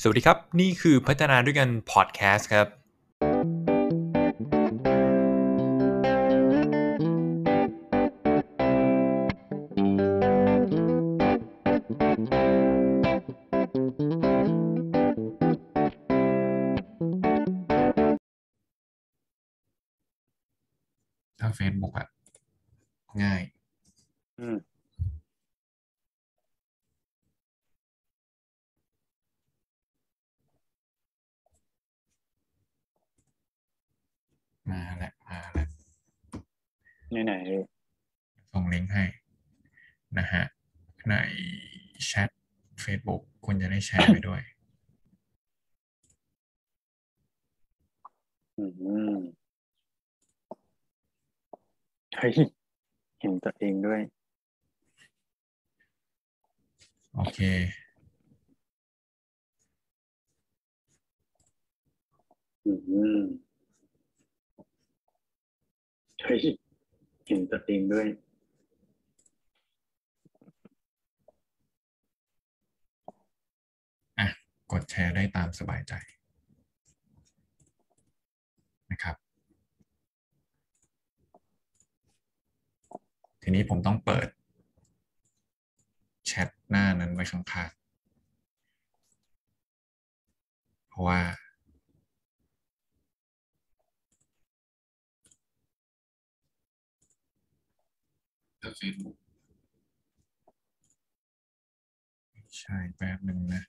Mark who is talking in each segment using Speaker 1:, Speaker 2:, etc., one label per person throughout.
Speaker 1: สวัสดีครับ นี่คือพัฒนาด้วยกันพอดแคสต์ครับ
Speaker 2: ถ้า Facebook อะง่าย
Speaker 3: อืม
Speaker 2: มาแล้วมาแล้ว
Speaker 3: ไหนๆ
Speaker 2: ส่งลิงก์ให้ นะฮะ ในแชท Facebook คุณจะได้แชร์ไปด้วย
Speaker 3: อืมเฮ้ยเห็นตัวเองด้วย
Speaker 2: โอเค
Speaker 3: อืมเฮ้ยเห็นตัวเองด้วย
Speaker 2: กดแชร์ได้ตามสบายใจ นะครับ ทีนี้ผมต้องเปิด แชทหน้านั้นไว้ข้างๆ เพราะว่า Facebook ใช่แป๊บหนึ่งนะ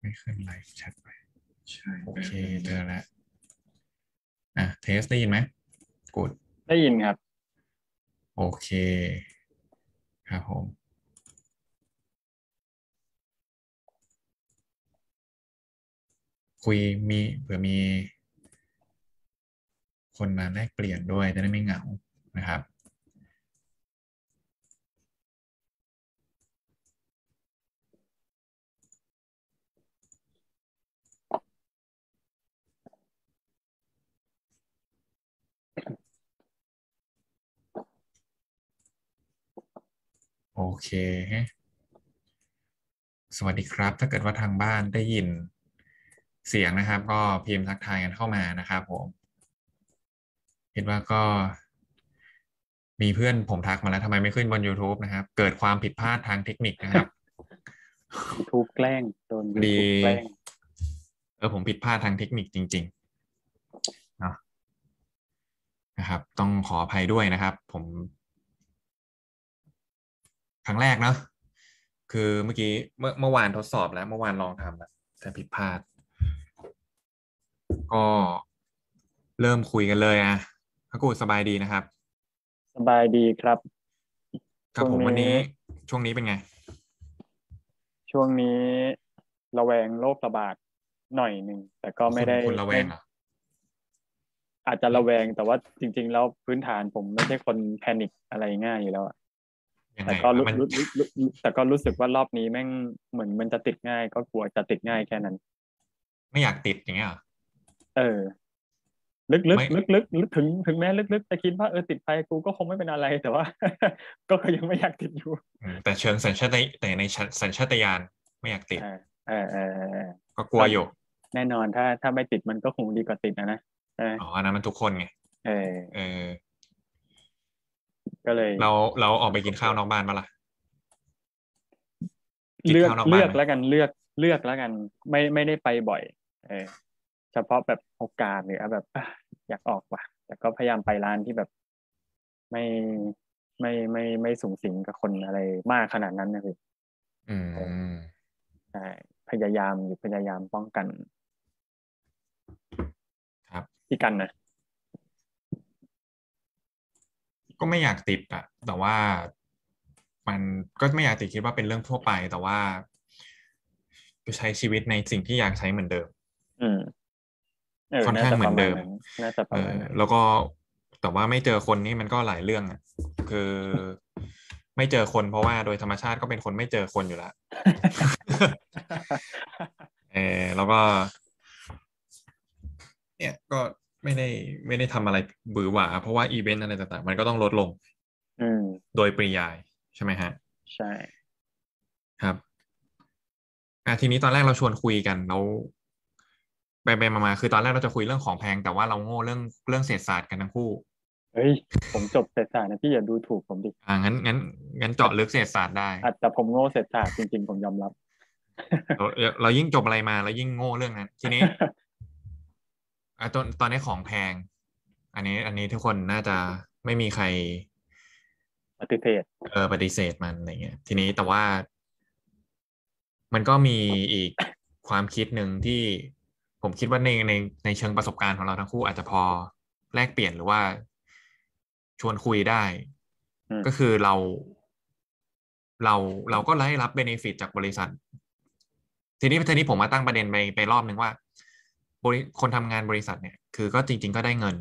Speaker 2: ไม่ขึ้นไลฟ์แชทไป ใช่ โอเคเจอแล้ว อ่ะ เทสได้ยินไหมกด
Speaker 3: ได้ยินครับ
Speaker 2: โอเค ครับผม คุยมีเผื่อมี คนมาแลกเปลี่ยนด้วย จะได้ไม่เหงานะครับ โอเค สวัสดีครับ ถ้าเกิดว่าทางบ้านได้ยินเสียงนะครับ ก็พิมพ์ทักทายกันเข้ามานะครับผมคิดว่าก็ มีเพื่อนผมทักมาแล้วทำไมไม่ขึ้นบน YouTube นะครับ เกิดความผิดพลาดทางเทคนิคนะครับ
Speaker 3: YouTube แกล้ง โดน
Speaker 2: พอดี
Speaker 3: YouTube แกล้ง
Speaker 2: เออผมผิดพลาดทางเทคนิคจริงๆเนาะนะครับ ต้องขออภัยด้วยนะครับ ผม ครั้งแรกเนาะคือเมื่อกี้เมื่อเมื่อวานทดสอบแล้ว เมื่อวานลองทำแล้วแต่ผิดพลาด ก็เริ่มคุยกันเลยอะพระกูดสบายดีนะครับ
Speaker 3: สบายดีครับ
Speaker 2: กับผม
Speaker 3: ช่วงนี้
Speaker 2: วันนี้ช่วงนี้เป็นไง
Speaker 3: ช่วงนี้ระแวงโรคระบาดหน่อยหนึ่ง แต่ก็ไม่ได้
Speaker 2: คุณคุณระแวงเหรอ
Speaker 3: อาจจะระแวง แต่ว่าจริง ๆ แล้วพื้นฐานผมไม่ใช่คนแพนิคอะไรง่ายอยู่แล้วอะ
Speaker 2: ยังไง
Speaker 3: แต่ก็รู้
Speaker 2: มัน
Speaker 3: รู้รู้รู้รู้แต่ก็รู้สึกว่ารอบนี้แม่งเหมือนมันจะติดง่าย ก็กลัวจะติดง่ายแค่นั้น
Speaker 2: ไม่อยากติดอย่างเงี้ยเหรอ
Speaker 3: เออ ลึกลึก
Speaker 2: ไม่
Speaker 3: ลึกลึกลึกถึงถึงแม้ลึกลึกจะคิดว่าเออติดไปกูก็คงไม่เป็นอะไรแต่ว่า ก็ก็ยังไม่อยากติดอยู่
Speaker 2: อืมแต่เชิงสัญชาติแต่ในชะสัญชาตญาณไม่อยากติด
Speaker 3: เออเออเออเออ
Speaker 2: ก็กลัวอยู่
Speaker 3: แน่นอนถ้าถ้าไม่ติดมันก็คงดีกว่าติดนะนะใช่ไหม
Speaker 2: อ๋ออันนั้นมันทุกคนไง
Speaker 3: เออ
Speaker 2: เออ
Speaker 3: ก็เลย
Speaker 2: เราเราออกไปกินข้าวนอกบ้านมาล่ะ กิน
Speaker 3: เลือก
Speaker 2: ข้าวนอกบ้าน
Speaker 3: เลือก
Speaker 2: ไหม
Speaker 3: แล้วกันเลือกเลือกแล้วกัน ไม่ไม่ได้ไปบ่อย เออ เฉพาะแบบโอกาสหรือแบบอ่ะอยากออกว่ะ แต่ก็พยายามไปร้านที่แบบ ไม่ไม่ไม่ไม่สูงสิงกับคนอะไรมากขนาดนั้นนะพี่
Speaker 2: อืม
Speaker 3: ใช่พยายามอยู่พยายามป้องกัน
Speaker 2: ครับ
Speaker 3: พี่กันนะ
Speaker 2: ก็ไม่อยากติดอะแต่ว่ามันก็ไม่อยากติดคิดว่าเป็นเรื่องทั่วไป แต่ว่าใช้ชีวิตในสิ่งที่อยากใช้เหมือนเดิม
Speaker 3: อืมเออ
Speaker 2: ค่อน
Speaker 3: น่า
Speaker 2: ข้าง
Speaker 3: จะ
Speaker 2: เหมือ
Speaker 3: ประ
Speaker 2: น
Speaker 3: มา
Speaker 2: เดิ
Speaker 3: ณ
Speaker 2: ม
Speaker 3: นั้นน่าจะป
Speaker 2: เอ
Speaker 3: ระ
Speaker 2: อ
Speaker 3: มาณนั้น
Speaker 2: แล้วก็แต่ว่าไม่เจอคนนี่มันก็หลายเรื่องอ่ะคือ ไม่เจอคนเพราะว่าโดยธรรมชาติก็เป็นคนไม่เจอคน อยู่แล้ว เออแล้วก็ เนี่ยก็ไม่ได้ไม่ได้ทำอะไรบือหวาเพราะว่าอีเวนต์อะไรต่างๆ มันก็ต้องลดลง
Speaker 3: อืม
Speaker 2: โดยปริยายใช่ไหมฮะ
Speaker 3: ใช่
Speaker 2: ครับอ่ะทีนี้ตอนแรกเราชวนคุยกันแล้วไปไปมามาคือตอนแรกเราจะคุยเรื่องของแพง แต่ว่าเราโง่เรื่องเรื่องเศรษฐศาสตร์กันทั้งคู่
Speaker 3: เฮ้ย ผมจบเศรษฐศาสตร์นะพี่อย่าดูถูกผมดิ
Speaker 2: อ่างั้นงั้นงั้นเจาะลึกเศรษฐศาสตร์ได้
Speaker 3: อาจจะผมโง่เศรษฐศาสตร์จริงๆผมยอมรับ
Speaker 2: เราเราเรายิ่งจบอะไรมาแล้วยิ่งโง่เรื่องนั้น ทีนี้ อ่ะตอนตอนนี้ของแพง อันนี้ อันนี้ทุกคนน่าจะไม่มีใคร
Speaker 3: ปฏิเสธ
Speaker 2: เออปฏิเสธมันอะไรเงี้ย ทีนี้แต่ว่า มันก็มีอีก ความคิดหนึ่งที่ผมคิดว่าในในในเชิงประสบการณ์ของเราทั้งคู่อาจจะพอแลกเปลี่ยนหรือว่าชวนคุยได้
Speaker 3: อืม
Speaker 2: ก็คือเรา เราเราก็ได้รับเบนฟิตจากบริษัท ทีนี้ทีนี้ผมมาตั้งประเด็นไปไปรอบหนึ่งว่าบริคนทำงานบริษัทเนี่ย คือก็จริง ๆ ก็ได้เงิน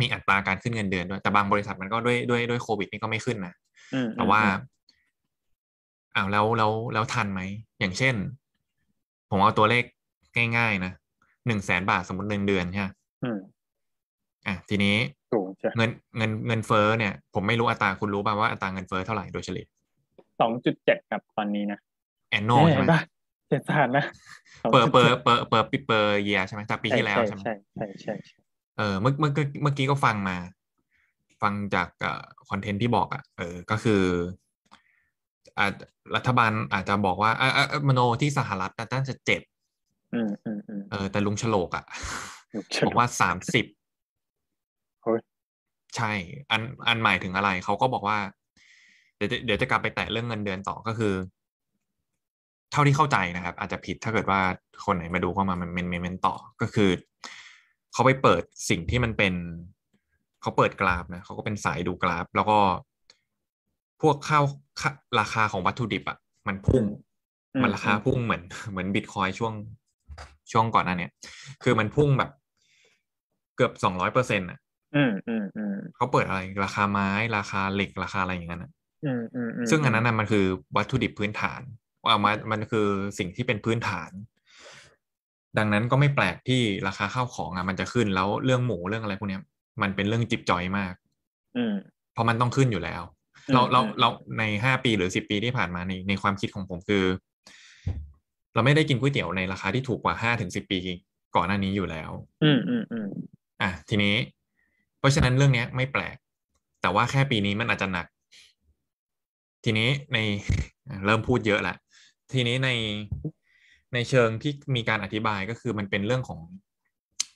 Speaker 2: มีอัตราการขึ้นเงินเดือนด้วยแต่บางบริษัทมันก็ด้วยด้วยด้วยโควิดนี่ก็ไม่ขึ้นนะ
Speaker 3: อืม
Speaker 2: แต่ว่า
Speaker 3: อืม
Speaker 2: อ้าวแล้วแล้วแล้วทันไหม อย่างเช่น ผมเอาตัวเลขง่าย ๆ นะหนึ่งแสนบาทสมมติหนึ่งเดือนใช่ไหม
Speaker 3: อืม
Speaker 2: อ่ะทีนี้
Speaker 3: สูงใช่
Speaker 2: เงินเงินเงินเฟ้อเนี่ย ผมไม่รู้อัตราคุณรู้ป่าวว่าอัตราเงินเฟ้อเท่าไหร่โดยเฉลี่ย
Speaker 3: สองจุดเจ็ดกับตอนนี้นะ
Speaker 2: แอนโน
Speaker 3: เนี่ย
Speaker 2: ใช่
Speaker 3: เห็
Speaker 2: ไห
Speaker 3: น
Speaker 2: ม
Speaker 3: ปะเศรษฐศาสตร์นะ
Speaker 2: เปอร์เป อร์เปอร์เปอร์ปีเปอร์เยียใช่ไหมจากปีที่แล้วใช่ไหม
Speaker 3: ใช่ใช่ใช่ใช่
Speaker 2: เออเมื่อเมื่อเมื่อกี้ก็ฟังมา ฟังจากคอนเทนต์ที่บอกอ่ะเออก็คืออ่ะรัฐบาลอาจจะบอกว่าอ่ะอ่ะอ่ะมโนที่สหรัฐน่าจะเจ็ด
Speaker 3: อืมอืมอืม
Speaker 2: เออแต่ลุงฉลกอ่ะ
Speaker 3: ลุงฉล
Speaker 2: บ
Speaker 3: ก
Speaker 2: อกว่าสามสิบ
Speaker 3: เฮ้ย
Speaker 2: ใช่ อันอันหมายถึงอะไร เขาก็บอกว่า เดี๋ยวจะเดี๋ยวจะกลับไปแตะเรื่องเงินเดือนต่อก็คือ เท่าที่เข้าใจนะครับ อาจจะผิดถ้าเกิดว่าคนไหนมาดูก็มาเมนเมนเมนเมนต่อก็คือเขาไปเปิดสิ่งที่มันเป็นเขาเปิดกราฟนะเขาก็เป็นสายดูกราฟ แล้วก็พวกข้าวค่าราคาของวัตถุดิบอ่ะ มันพุ่ง
Speaker 3: อืม
Speaker 2: มันราคา
Speaker 3: อืม
Speaker 2: พุ่งเหมือน เหมือนบิตคอยช่วงช่วงก่อนหนั้นเนี่ย คือมันพุ่งแบบเกือบสองร้อยเปอร์เซ็นต์อ่ะ
Speaker 3: อืมอืมอืม
Speaker 2: เขาเปิดอะไรราคาไม้ราคาเหล็กราคาอะไรอย่างนั้นอะ
Speaker 3: อืมอืมม
Speaker 2: ซึ่งอันนั้นน่ะมันคือวัตถุดิบพื้นฐานว่ามามันคือสิ่งที่เป็นพื้นฐาน ดังนั้นก็ไม่แปลกที่ราคาข้าวของอ่ะมันจะขึ้นแล้วเรื่องหมูเรื่องอะไรพวกเนี้ย มันเป็นเรื่องจิบจอยมาก
Speaker 3: อืม
Speaker 2: เพราะมันต้องขึ้นอยู่แล้ว เรา
Speaker 3: อืม
Speaker 2: เรา
Speaker 3: อืม
Speaker 2: เราในห้าปีหรือสิบปีที่ผ่านมาในในความคิดของผมคือ เราไม่ได้กินก๋วยเตี๋ยวในราคาที่ถูกกว่าห้าถึงสิบปี ก่อนหน้านี้อยู่แล้ว
Speaker 3: อืมอืมอืม
Speaker 2: อ่ะทีนี้ เพราะฉะนั้นเรื่องเนี้ยไม่แปลก แต่ว่าแค่ปีนี้มันอาจจะหนัก ทีนี้ใน เริ่มพูดเยอะละทีนี้ในในเชิงที่มีการอธิบายก็คือมันเป็นเรื่องของ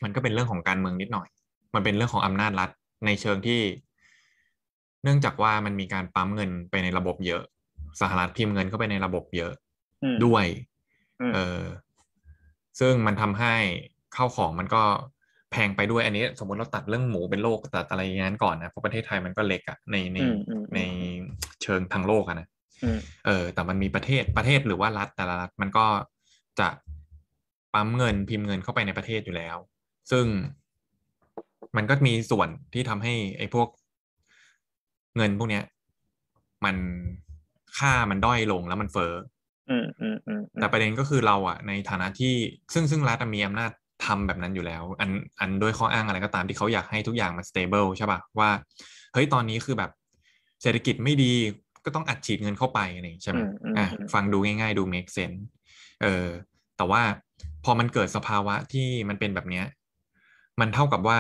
Speaker 2: มันก็เป็นเรื่องของการเมืองนิดหน่อย มันเป็นเรื่องของอำนาจรัฐ ในเชิงที่ เนื่องจากว่ามันมีการปั๊มเงินไปในระบบเยอะ สหรัฐพิมพ์เงินเข้าไปในระบบเยอะ
Speaker 3: อืม
Speaker 2: ด้วย
Speaker 3: อืม
Speaker 2: เออ ซึ่งมันทำให้ข้าวของมันก็แพงไปด้วย อันนี้ สมมติเราตัดเรื่องหมูเป็นโลกตัดอะไรอย่างนั้นก่อนนะ เพราะประเทศไทยมันก็เล็กอะในใน
Speaker 3: อืมอืม
Speaker 2: ในเชิงทางโลกอะนะ
Speaker 3: อืม
Speaker 2: เออ แต่มันมีประเทศประเทศหรือว่ารัฐแต่ละรัฐมันก็จะปั๊มเงินพิมพ์เงินเข้าไปในประเทศอยู่แล้ว ซึ่งมันก็มีส่วนที่ทำให้ไอ้พวกเงินพวกเนี้ย มันค่ามันด้อยลงแล้วมันเฟ้อ
Speaker 3: อืมอืมอืมอืม
Speaker 2: แต่ประเด็นก็คือเราอ่ะในฐานะที่ซึ่งซึ่งรัฐอะมีอำนาจทำแบบนั้นอยู่แล้ว อันอันด้วยข้ออ้างอะไรก็ตามที่เขาอยากให้ทุกอย่างมันสเตเบิลใช่ป่ะว่า เฮ้ยตอนนี้คือแบบเศรษฐกิจไม่ดีก็ต้องอัดฉีดเงินเข้าไปอะไรอย่างงี้ใช่ไหม
Speaker 3: อืมอืม
Speaker 2: อ่ะ
Speaker 3: อืม
Speaker 2: ฟังดูง่ายๆดู make sense เออแต่ว่าพอมันเกิดสภาวะที่มันเป็นแบบเนี้ย มันเท่ากับว่า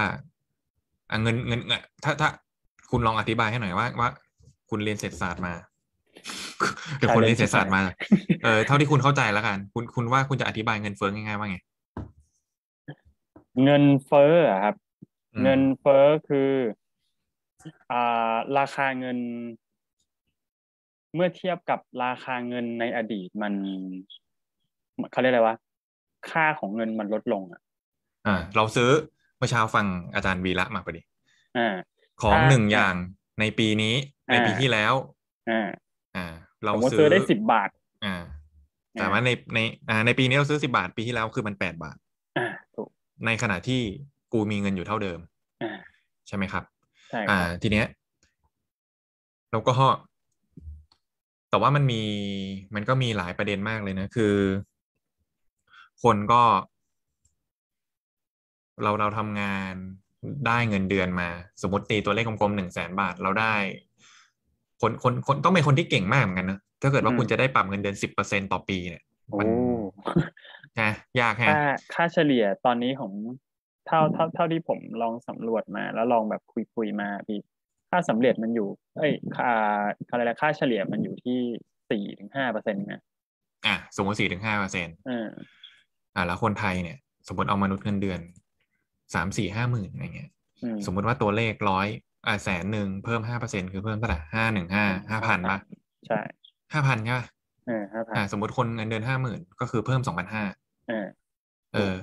Speaker 2: อ่ะเงินเงินเงินถ้าถ้าคุณลองอธิบายให้หน่อยว่าว่า คุณเรียนเศรษฐศาสตร์มา หรือคนเรียนเศรษฐศาสตร์มา เออเท่าที่คุณเข้าใจแล้วกัน คุณคุณว่าคุณจะอธิบายเงินเฟ้อง่ายๆว่าไง
Speaker 3: เงินเฟ้ออะครับ
Speaker 2: อืม
Speaker 3: เงินเฟ้อคืออ่าราคาเงิน เมื่อเทียบกับราคาเงินในอดีตมันเขาเรียกอะไรวะค่าของเงินมันลดลงอ่ะ
Speaker 2: อ่าเราซื้อเมื่อเช้าฟังอาจารย์วีระมาพอดี
Speaker 3: อ่า
Speaker 2: ของ
Speaker 3: อ่า
Speaker 2: หนึ่งอย่างในปีนี้ ใน
Speaker 3: อ่า
Speaker 2: ปีที่แล้ว
Speaker 3: อ่า
Speaker 2: อ่า เรา
Speaker 3: สมมติ
Speaker 2: ซื้
Speaker 3: ซื้
Speaker 2: อ
Speaker 3: อได้สิบบาท
Speaker 2: อ่า
Speaker 3: อ่า
Speaker 2: แต่ว่าในในอ่าในปีนี้เราซื้อสิบาท ปีที่แล้วคือมันแปดบาท
Speaker 3: อ่าถูก
Speaker 2: ในขณะที่กูมีเงินอยู่เท่าเดิม
Speaker 3: อ่า
Speaker 2: ใช่ไหมครับ
Speaker 3: ใช่ค
Speaker 2: อ่า
Speaker 3: รับ
Speaker 2: ทีเนี้ยแล้วก็แต่ว่ามันมีมันก็มีหลายประเด็นมากเลยนะ คือ คนก็ เราเราทำงานได้เงินเดือนมา สมมติตีตัวเลขกลมๆหนึ่งแสนบาท เราได้ คนคนคนต้องเป็นคนที่เก่งมากเหมือนกันนะถ้าเกิดว่า
Speaker 3: อืม
Speaker 2: คุณจะได้ปรับเงินเดือนสิบเปอร์เซ็นต่อปีเนี่ย
Speaker 3: โอ้
Speaker 2: มัน นะยากแฮะ
Speaker 3: ค่าค่าเฉลี่ยตอนนี้ของเท่าเท่าเท่าที่ผมลองสำรวจมา แล้วลองแบบคุยคุยๆมาพี่ค่าสำเร็จมันอยู่ เอ้ยค่าค่าอะไรนะค่าเฉลี่ยมันอยู่ที่สี่ถึงห้าเปอร์เซ็นต์นะ
Speaker 2: อ่ะสมมติสี่ถึงห้าเปอร์เซ็น
Speaker 3: เออ
Speaker 2: อ่ะแล้วคนไทยเนี่ย สมมติเอามนุษย์เงินเดือนสามสี่ห้าหมื่นอะไรเงี้ย
Speaker 3: อืม
Speaker 2: สมมติว่าตัวเลขร้อยอ่ะแสนหนึ่งเพิ่มห้าเปอร์เซ็นคือเพิ่มเท่าไหร่ห้าหนึ่งห้าห้าพันปะ
Speaker 3: ใช่
Speaker 2: ห้าพันใช่ปะ
Speaker 3: เออห้าพัน
Speaker 2: อ่ะสมมติคนเงินเดือนห้าหมื่นก็คือเพิ่มสองพันห้า
Speaker 3: เออ
Speaker 2: เออ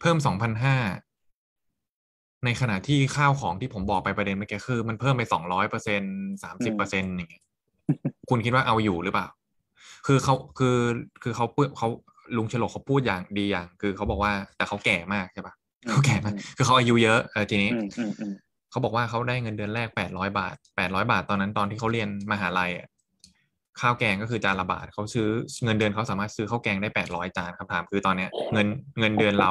Speaker 2: เพิ่มสองพันห้าในขณะที่ข้าวของที่ผมบอกไปประเด็นเมื่อกี้คือ มันเพิ่มไปสองร้อยเปอร์เซ็นสามสิบเปอร์เซ็นอย่างเงี้ยคุณคิดว่าเอาอยู่หรือเปล่า คือเขาคือคือเขาเปื้อเขาลุงฉลกเขาพูดอย่างดีอย่าง คือเขาบอกว่าแต่เขาแก่มากใช่ปะ
Speaker 3: อืม
Speaker 2: เขาแก่มาก
Speaker 3: อืม
Speaker 2: คือเขาอายุเยอะเออทีนี้
Speaker 3: อืมอืมอืม
Speaker 2: เขาบอกว่าเขาได้เงินเดือนแรกแปดร้อยบาทแปดร้อยบาทตอนนั้นตอนที่เขาเรียนมหาลัยอะข้าวแกงก็คือจานละบาทเขาซื้อเงินเดือนเขาสามารถซื้อข้าวแกงได้แปดร้อยจานคำถามคือตอนเนี้ยเงินเงินเดือนเรา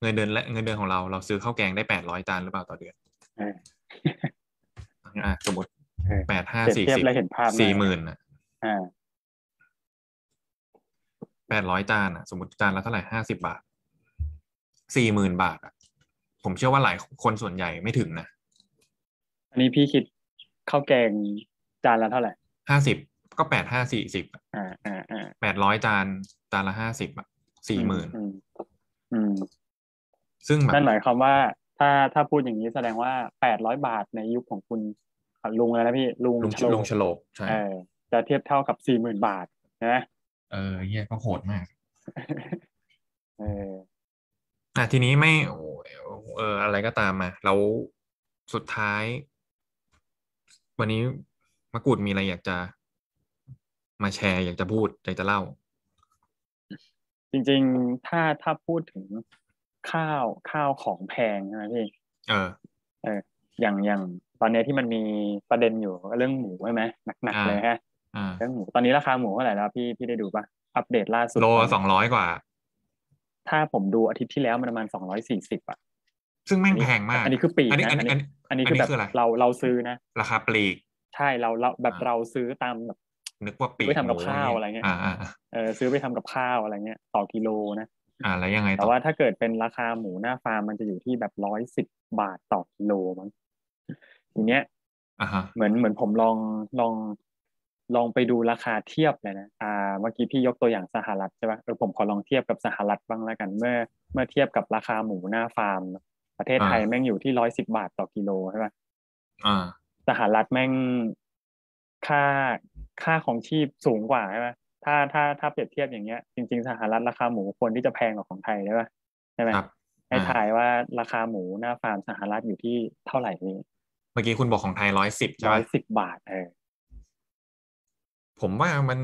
Speaker 2: เงินเดือนและเงินเดือนของเราเราซื้อข้าวแกงได้แปดร้อยจานหรือเปล่าต่อเดือน
Speaker 3: เออ
Speaker 2: อ่ะสมมติ
Speaker 3: เออ
Speaker 2: แปดห้า
Speaker 3: เปรียบ
Speaker 2: สี่
Speaker 3: เทียบ
Speaker 2: สิบ
Speaker 3: แล้วเห็นภาพาก
Speaker 2: สี่หมื่นอะ
Speaker 3: อ่า
Speaker 2: แปดร้อยจานอะสมมติจานละเท่าไหร่ห้าสิบบาทสี่หมื่นบาทอะผมเชื่อว่าหลายคนส่วนใหญ่ไม่ถึงนะ
Speaker 3: อันนี้พี่คิดข้าวแกงจานละเท่าไหร่
Speaker 2: ห้าสิบก็แปดห้าสี่สิบ
Speaker 3: อ่าอ่าอ่า
Speaker 2: แปดร้อยจานจานละห้าสิบอ่ะสี่หมื่น
Speaker 3: อืมอืม
Speaker 2: ซึ่งแบบ
Speaker 3: นั่นหมายความว่าถ้าถ้าพูดอย่างนี้แสดงว่าแปดร้อยบาทในยุคของคุณอ่ะลุงแล้วนะพี่ลุง
Speaker 2: ลุง
Speaker 3: โล
Speaker 2: ลุงฉลกใช่
Speaker 3: เออจะเทียบเท่ากับสี่หมื่นบาทนะ
Speaker 2: เออเฮียก็โหดมาก
Speaker 3: เออ
Speaker 2: อ่ะทีนี้ไม่โอ้เอออะไรก็ตามมาแล้วสุดท้าย วันนี้มะกรูดมีอะไรอยากจะ มาแชร์ อยากจะพูด อยากจะเล่า
Speaker 3: จริง ๆ ถ้าถ้าพูดถึงข้าวข้าวของแพงใช่ไหมพี่
Speaker 2: เออ
Speaker 3: อย่างอย่างตอนเนี้ยที่มันมีประเด็นอยู่ก็เรื่องหมูใช่ไหมหนัก
Speaker 2: อ่า
Speaker 3: ๆเลยฮะ
Speaker 2: อ่า
Speaker 3: เรื่องหมูตอนนี้ราคาหมูเท่าไหร่แล้วพี่พี่ได้ดูปะอัปเดตล่าสุด
Speaker 2: โลสองร้อยกว่า
Speaker 3: ถ้าผมดูอาทิตย์ที่แล้วมันประมาณสองร้อยสี่สิบอ่ะ
Speaker 2: ซึ่งแม่งแพงมาก
Speaker 3: อันนี้คือปีก
Speaker 2: อันนี้
Speaker 3: นะ
Speaker 2: อันนี้อันนี้
Speaker 3: อันนี้คือแบบ
Speaker 2: อันนี้คืออะไร
Speaker 3: เราเราซื้อนะ
Speaker 2: ราคาปลีก
Speaker 3: ใช่เราเราแบบ
Speaker 2: อ่า
Speaker 3: เราซื้อตามแบบ
Speaker 2: นึกว่าปลีก
Speaker 3: ไว้ทำกับ
Speaker 2: หมู
Speaker 3: ข้าวอะไรเงี้ย
Speaker 2: อ่าอ่าอ่า
Speaker 3: เออซื้อไปทำกับข้าวอะไรเงี้ยต่อกิโลนะ
Speaker 2: อ่าแล้วยังไงต่
Speaker 3: แต่
Speaker 2: อ
Speaker 3: ว่าถ้าเกิดเป็นราคาหมูหน้าฟาร์มมันจะอยู่ที่แบบร้อยสิบบาทต่อกิโลมั้งทีเนี้ย
Speaker 2: อ่าฮะ
Speaker 3: เหมือนเหมือนผมลองลองลองไปดูราคาเทียบเลยนะอ่าเมื่อกี้พี่ยกตัวอย่างสหรัฐใช่ปะเออผมขอลองเทียบกับสหรัฐบ้างแล้วกัน เมื่อเมื่อเทียบกับราคาหมูหน้าฟาร์ม ประเทศไทยแม่งอยู่ที่ร้อยสิบบาทต่อกิโลใช่ปะ
Speaker 2: อ่า
Speaker 3: สหรัฐแม่งค่าค่าของชีพสูงกว่าใช่ไหมถ้าถ้าถ้าเปรียบเทียบอย่างเงี้ย จริง ๆ สหรัฐราคาหมูควรที่จะแพงกว่าของไทยใช่ไหมใช่ไหม
Speaker 2: ครับ
Speaker 3: ให้
Speaker 2: อ่า
Speaker 3: ถ่ายว่าราคาหมูหน้าฟาร์มสหรัฐอยู่ที่เท่าไหร่นี่
Speaker 2: เมื่อกี้คุณบอกของไทยร้อยสิบใช่
Speaker 3: ร้อ
Speaker 2: ปะ
Speaker 3: ยสิบบาทเออ
Speaker 2: ผมว่ามัน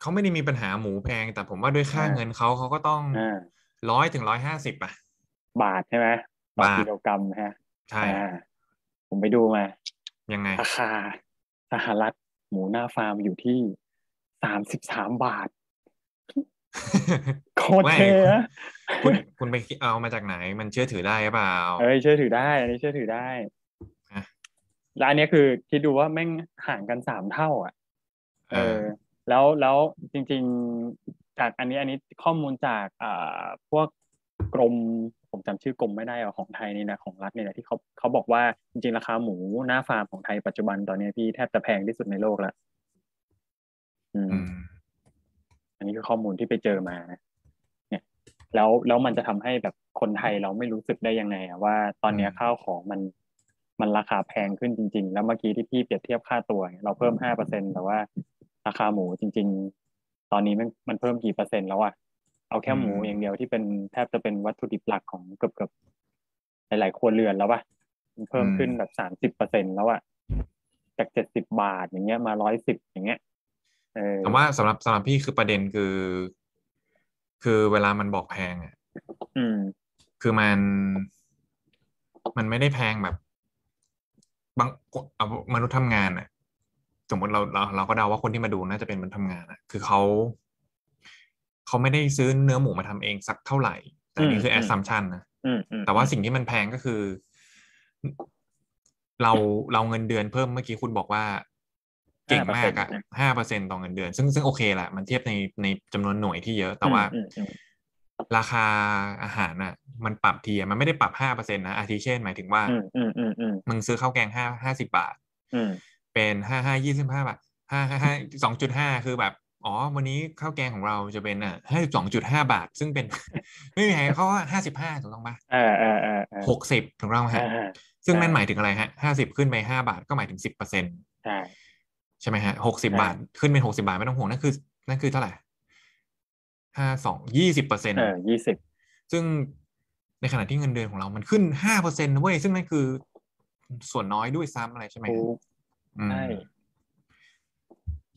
Speaker 2: เขาไม่ได้มีปัญหาหมูแพง แต่ผมว่าด้วยค่าเงินเขาเขาก็ต้อง
Speaker 3: อ่า
Speaker 2: ร้อยถึงร้อยห้าสิบอ่ะ
Speaker 3: บาทใช่ไหมต่อบ
Speaker 2: าท
Speaker 3: กิโลกรัมฮะ
Speaker 2: ใช่
Speaker 3: อ่าผมไปดูมา
Speaker 2: ยังไง
Speaker 3: ราคาสหรัฐหมูหน้าฟาร์มอยู่ที่สามสิบสาม บาทโคตร
Speaker 2: ไม่
Speaker 3: เท่นะ
Speaker 2: คุณคุณไปเอามาจากไหน มันเชื่อถือได้หรือเปล่า
Speaker 3: เอ้ยเชื่อถือได้อันนี้เชื่อถือได้
Speaker 2: อ่ะ
Speaker 3: แล้วอันเนี้ยคือคิดดูว่าแม่งห่างกันสามเท่า อ่ะ เอ
Speaker 2: เออ
Speaker 3: อ แล้วแล้วจริง ๆ จากอันนี้อันนี้ข้อมูลจากอ่าพวกกรมผมจำชื่อกรมไม่ได้อะของไทยนี่นะของรัฐเนี่ยนะที่เขาเขาบอกว่าจริง ๆ ราคาหมูหน้าฟาร์มของไทยปัจจุบันตอนเนี้ยพี่แทบจะแพงที่สุดในโลกละอืม
Speaker 2: อืม
Speaker 3: อันนี้คือข้อมูลที่ไปเจอมานะเนี่ยแล้วแล้วมันจะทำให้แบบคนไทยเราไม่รู้สึกได้ยังไงอะว่าตอนเนี้ย
Speaker 2: อืม
Speaker 3: ข้าวของมันมันราคาแพงขึ้นจริง ๆ แล้วเมื่อกี้ที่พี่เปรียบเทียบค่าตัวเนี่ยเราเพิ่มห้าเปอร์เซ็นแต่ว่าราคาหมูจริง ๆ ตอนนี้มันมันเพิ่มกี่เปอร์เซ็นต์แล้วอะเอาแค่หมูอย่างเดียวที่เป็นแทบจะเป็นวัตถุดิบหลักของเกือบเกือบหลายๆครัวเรือนแล้วปะมันเพิ่มขึ้นแบบสามสิบเปอร์เซ็นแล้วอะจากเจ็ดสิบบาทอย่างเงี้ยมาร้อยสิบอย่างเงี้ยเออ
Speaker 2: แต่ว่าสำหรับสำหรับพี่คือประเด็นคือ คือเวลามันบอกแพงอ่ะ
Speaker 3: อืม
Speaker 2: คือมันมันไม่ได้แพงแบบบางเอามนุษย์ทำงานอะสมมติเราเราเราก็เดาว่าคนที่มาดูน่าจะเป็นมนุษย์ทำงานอะคือเขาเขาไม่ได้ซื้อเนื้อหมูมาทำเองสักเท่าไหร่ แต่อัน
Speaker 3: อื
Speaker 2: นี่
Speaker 3: ม
Speaker 2: คือ
Speaker 3: อืม
Speaker 2: assumption นะ
Speaker 3: อืมอืม
Speaker 2: แต่ว่าสิ่งที่มันแพงก็คือ เราเราเงินเดือนเพิ่มเมื่อกี้คุณบอกว่า เก่งมากอะ
Speaker 3: 5%
Speaker 2: ห้าเปอร์เซ็นต่อเงินเดือน ซึ่งซึ่งโอเคแหละมันเทียบในในจำนวนหน่วยที่เยอะ แต่ว่า
Speaker 3: อืมอืมอืม
Speaker 2: ราคาอาหารอ่ะ มันปรับทีอะมันไม่ได้ปรับห้าเปอร์เซ็นนะอาทิเช่นหมายถึงว่า
Speaker 3: อืมอืมอืมอืม
Speaker 2: มึงซื้อข้าวแกงห้าห้าสิบาท
Speaker 3: อืม
Speaker 2: เป็นห้าห้ายี่สิบห้าบาทห้าห้าห้าสองจุดห้าคือแบบ อ๋อ วันนี้ข้าวแกงของเราจะเป็นอ่ะห้าสิบสองจุดห้าบาท ซึ่งเป็น ไม่มีใครเขาว่าห้าสิบห้าถูกต้องปะ
Speaker 3: เออเออเออเออ
Speaker 2: หกสิบถูกต้องไหม
Speaker 3: เอ
Speaker 2: ฮะ
Speaker 3: อ
Speaker 2: ซึ่งนั่น
Speaker 3: ใช่
Speaker 2: หมายถึงอะไรฮะห้าสิบขึ้นไปห้าบาทก็หมายถึงสิบเปอร์เซ็น
Speaker 3: ใช่
Speaker 2: ใช่ไหมฮะหกสิบ
Speaker 3: ใช่
Speaker 2: บาทขึ้นเป็นหกสิบาทไม่ต้องห่วงนั่นคือนั่นคือเท่าไหร่ห้าสองยี่สิบเปอร์เซ็น
Speaker 3: เออ20
Speaker 2: ซึ่งในขณะที่เงินเดือนของเรามันขึ้นห้าเปอร์เซ็นเว้ยซึ่งนั่นคือส่วนน้อยด้วยซ้ำอะไรใช่ไหมฮะ
Speaker 3: ถูก
Speaker 2: อืม
Speaker 3: ใช่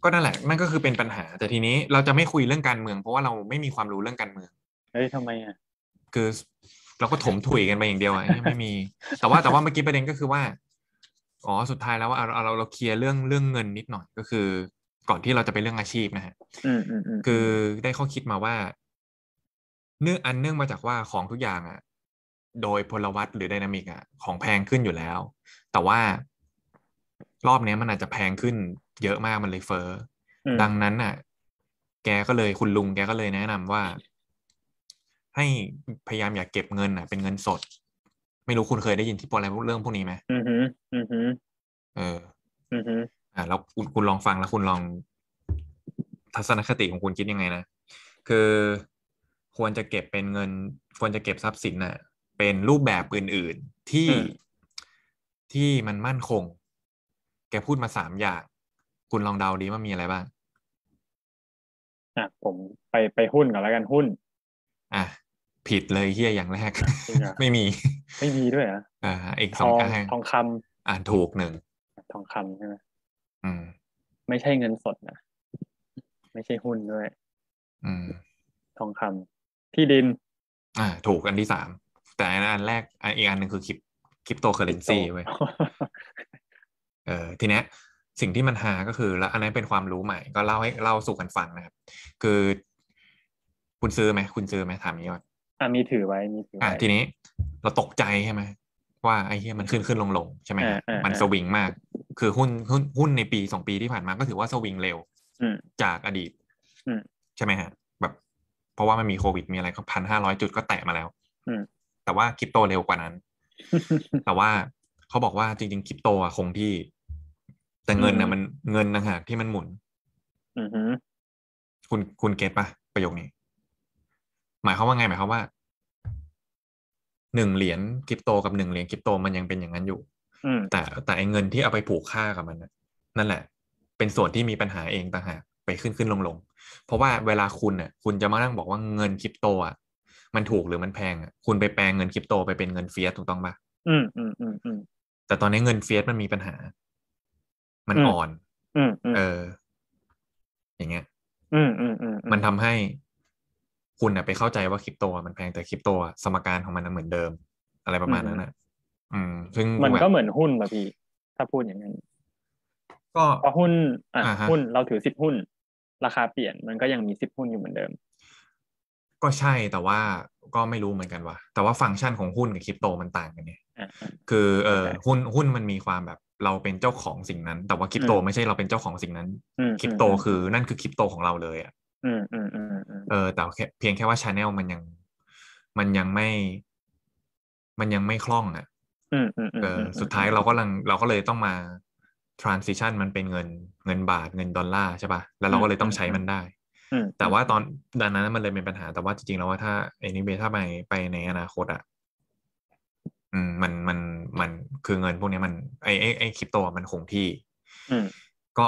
Speaker 2: ก็นั่นแหละนั่นก็คือเป็นปัญหา แต่ทีนี้เราจะไม่คุยเรื่องการเมือง เพราะว่าเราไม่มีความรู้เรื่องการเมือง
Speaker 3: เฮ้ยทำไมอ่ะ
Speaker 2: คือเราก็ถมถุยกันไปอย่างเดียวอะยังไม่มี แต่ว่าแต่ว่าเมื่อกี้ประเด็นก็คือว่าอ๋อสุดท้ายแล้วว่าเอาเอาเราเราเคลียร์เรื่องเรื่องเงินนิดหน่อยก็คือ ก่อนที่เราจะไปเรื่องอาชีพนะฮะ
Speaker 3: อืมอืมอืม
Speaker 2: คือได้ข้อคิดมาว่า เนื่องอันเนื่องมาจากว่าของทุกอย่างอ่ะ โดยพลวัตหรือไดนามิกอ่ะของแพงขึ้นอยู่แล้ว แต่ว่ารอบเนี้ยมันอาจจะแพงขึ้นเยอะมากมันเลยเฟ้ออ
Speaker 3: ม
Speaker 2: ดังนั้นอ่ะ แกก็เลยคุณลุงแกก็เลยแนะนำว่า ให้พยายามอย่ากเก็บเงินอ่ะ เป็นเงินสด ไม่รู้คุณเคยได้ยินที่ปอะไรเรื่องพวกนี้ไหม
Speaker 3: อืมฮึอืมฮึ
Speaker 2: เออ
Speaker 3: อืมฮึ
Speaker 2: อ่าแล้วคุณคุณลองฟังแล้วคุณลอง ทัศนคติของคุณคิดยังไงนะ คือควรจะเก็บเป็นเงิน ควรจะเก็บทรัพย์สินน่ะ เป็นรูปแบบอื่น ๆ ที่ที่มันมั่นคง แกพูดมาสามอย่าง คุณลองเดาดีว่ามีอะไรบ้าง
Speaker 3: อ่ะผมไปไปหุ้นก่อนแล้วกันหุ้น
Speaker 2: อ่ะ ผิดเลยเฮียอย่างแรก
Speaker 3: จริงเหรอ
Speaker 2: ไม่มี
Speaker 3: ไม่มีด้วยเหรอ่ะ
Speaker 2: อ่าอีก
Speaker 3: ท
Speaker 2: สอ
Speaker 3: อง ง
Speaker 2: อย่าง
Speaker 3: ทองค
Speaker 2: อ่าถูกหนึ่ง
Speaker 3: ำทองคำใช่ไหม
Speaker 2: อืม
Speaker 3: ไม่ใช่เงินสดนะไม่ใช่หุ้นด้วย
Speaker 2: อืม
Speaker 3: ทองคำที่ดิน
Speaker 2: อ่า ถูกอันที่สามแต่อันแรกอ่ะอีกอันหนึ่งคือคริปคริปโตเคอเรนซีเว้ย เออทีเนี้ยสิ่งที่มันหาก็คือ แล้วอันนั้นเป็นความรู้ใหม่ก็เล่าให้เล่าสู่กันฟังนะครับ คือ คุณซื้อไหมคุณซื้อไหมถามอย่างนี้ก่อน
Speaker 3: อ่ะมีถือไว้มีถือ
Speaker 2: อ่ะ
Speaker 3: ไว้
Speaker 2: ทีนี้เราตกใจใช่ไหมว่าไอ้เฮียมันขึ้นขึ้นลงลงใช่ไหมฮะ
Speaker 3: อ่าอ่า
Speaker 2: มันสวิงมาก คือหุ้นหุ้นหุ้นในปีสองปีที่ผ่านมาก็ถือว่าสวิงเร็ว
Speaker 3: อืม
Speaker 2: จากอดีต
Speaker 3: อืม
Speaker 2: ใช่ไหมฮะแบบเพราะว่ามันมีโควิดมีอะไรก็พันห้าร้อยจุดก็แตะมาแล้ว
Speaker 3: อืม
Speaker 2: แต่ว่าคริปโตเร็วกว่านั้น แต่ว่าเขาบอกว่าจริงๆคริปโตอะคงที่ แต่เงิน
Speaker 3: อื
Speaker 2: น่ะ
Speaker 3: ม
Speaker 2: มันเงินต่างหากที่มันหมุน
Speaker 3: อืมฮึ
Speaker 2: คุณคุณเก็ตปะประโยคนี้ หมายความว่าไงหมายความว่าหนึ่งเหรียญคริปโตกับหนึ่งเหรียญคริปโตมันยังเป็นอย่างนั้นอยู่
Speaker 3: อืม
Speaker 2: แต่แต่ไอ้เงินที่เอาไปผูกค่ากับมันน่ะนั่นแหละ เป็นส่วนที่มีปัญหาเองต่างหากไปขึ้นขึ้นลงลงเพราะว่าเวลาคุณน่ะ คุณจะมานั่งบอกว่าเงินคริปโตอ่ะมันถูกหรือมันแพงอ่ะคุณไปแปลงเงินคริปโตไปเป็นเงินเฟียสถูกต้องปะ
Speaker 3: อืมอืมอืมอืม
Speaker 2: แต่ตอนนี้เงินเฟียสมันมีปัญหา มัน
Speaker 3: อืม
Speaker 2: อ่อน
Speaker 3: อืมอืม
Speaker 2: เออ อย่างเงี้ย
Speaker 3: อืมอืมอืมอืม
Speaker 2: มันทำให้คุณน่ะไปเข้าใจว่าคริปโตอะมันแพงแต่คริปโตอะสมการของมันนะเหมือนเดิม อะไรประมาณนั้นนะอืม ซึ่ง
Speaker 3: มัน
Speaker 2: แบบ
Speaker 3: ก็เหมือนหุ้นป่ะพี่ ถ้าพูดอย่างนั้น
Speaker 2: ก็
Speaker 3: เพราะหุ้น อ่ะ
Speaker 2: อ่าฮะ
Speaker 3: หุ้นเราถือสิบหุ้น ราคาเปลี่ยนมันก็ยังมีสิบหุ้นอยู่เหมือนเดิม
Speaker 2: ก็ใช่ แต่ว่าก็ไม่รู้เหมือนกันว่า แต่ว่าฟังก์ชันของหุ้นกับคริปโตมันต่างกันเนี่ย
Speaker 3: อ่ะ
Speaker 2: คือเออ
Speaker 3: ใช่
Speaker 2: หุ้นหุ้นมันมีความแบบเราเป็นเจ้าของสิ่งนั้น แต่ว่าคริปโต
Speaker 3: อืม
Speaker 2: ไม่ใช่เราเป็นเจ้าของสิ่งนั้น
Speaker 3: อืม
Speaker 2: คริปโตคือนั่นคือคริปโตของเราเลยอะ
Speaker 3: อืมอืมอืมอืม
Speaker 2: เออแต่แค่เพียงแค่ว่าชาแนลมันยัง มันยังไม่ มันยังไม่คล่องอ่ะ
Speaker 3: อืมอืมอื ม
Speaker 2: เอออ
Speaker 3: ม
Speaker 2: สุดท้ายเราก็ลังเราก็เลยต้องมา transition มันเป็นเงินเงินบาทเงินดอลลาร์ใช่ป่ะแล้วเราก็เลยต้องใช้มันได้
Speaker 3: อืม
Speaker 2: แต่ว่าตอนดังนั้นมันเลยเป็นปัญหา แต่ว่าจริงๆแล้วว่าถ้าไอ้นี่เบถ้าไปไปในอนาคตอ่ะอืมมันมันมันคือเงินพวกเนี้ยมันไอไอไอคริปโตอะมันคงที่
Speaker 3: อืม
Speaker 2: ก็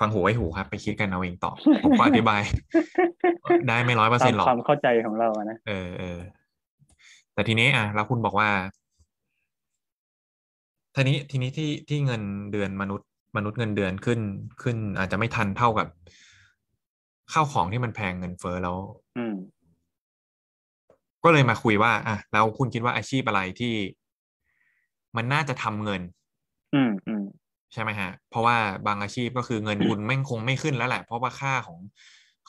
Speaker 2: ฟังหูไว้หูครับ ไปคิดกันเอาเอง ต่อ ผมก็อธิบาย ได้ไม่ร้อยเปอร์
Speaker 3: ตา
Speaker 2: เซ็น
Speaker 3: ม
Speaker 2: ต์หรอก
Speaker 3: ความเข้าใจของเราอะนะ
Speaker 2: เออเออ แต่ทีนี้อ่ะแล้วคุณบอกว่า ทีนี้ทีนี้ที่ที่เงินเดือนมนุษย์ มนุษย์เงินเดือนขึ้นขึ้น อาจจะไม่ทันเท่ากับข้าวของที่มันแพงเงินเฟ้อแล้ว
Speaker 3: อืม
Speaker 2: ก็เลยมาคุยว่าอ่ะแล้วคุณคิดว่าอาชีพอะไรที่ มันน่าจะทำเงิน
Speaker 3: อืมอืม
Speaker 2: ใช่ไหมฮะ เพราะว่าบางอาชีพก็คือเงินคุณแม่งคงไม่ขึ้นแล้วแหละ เพราะว่าค่าของ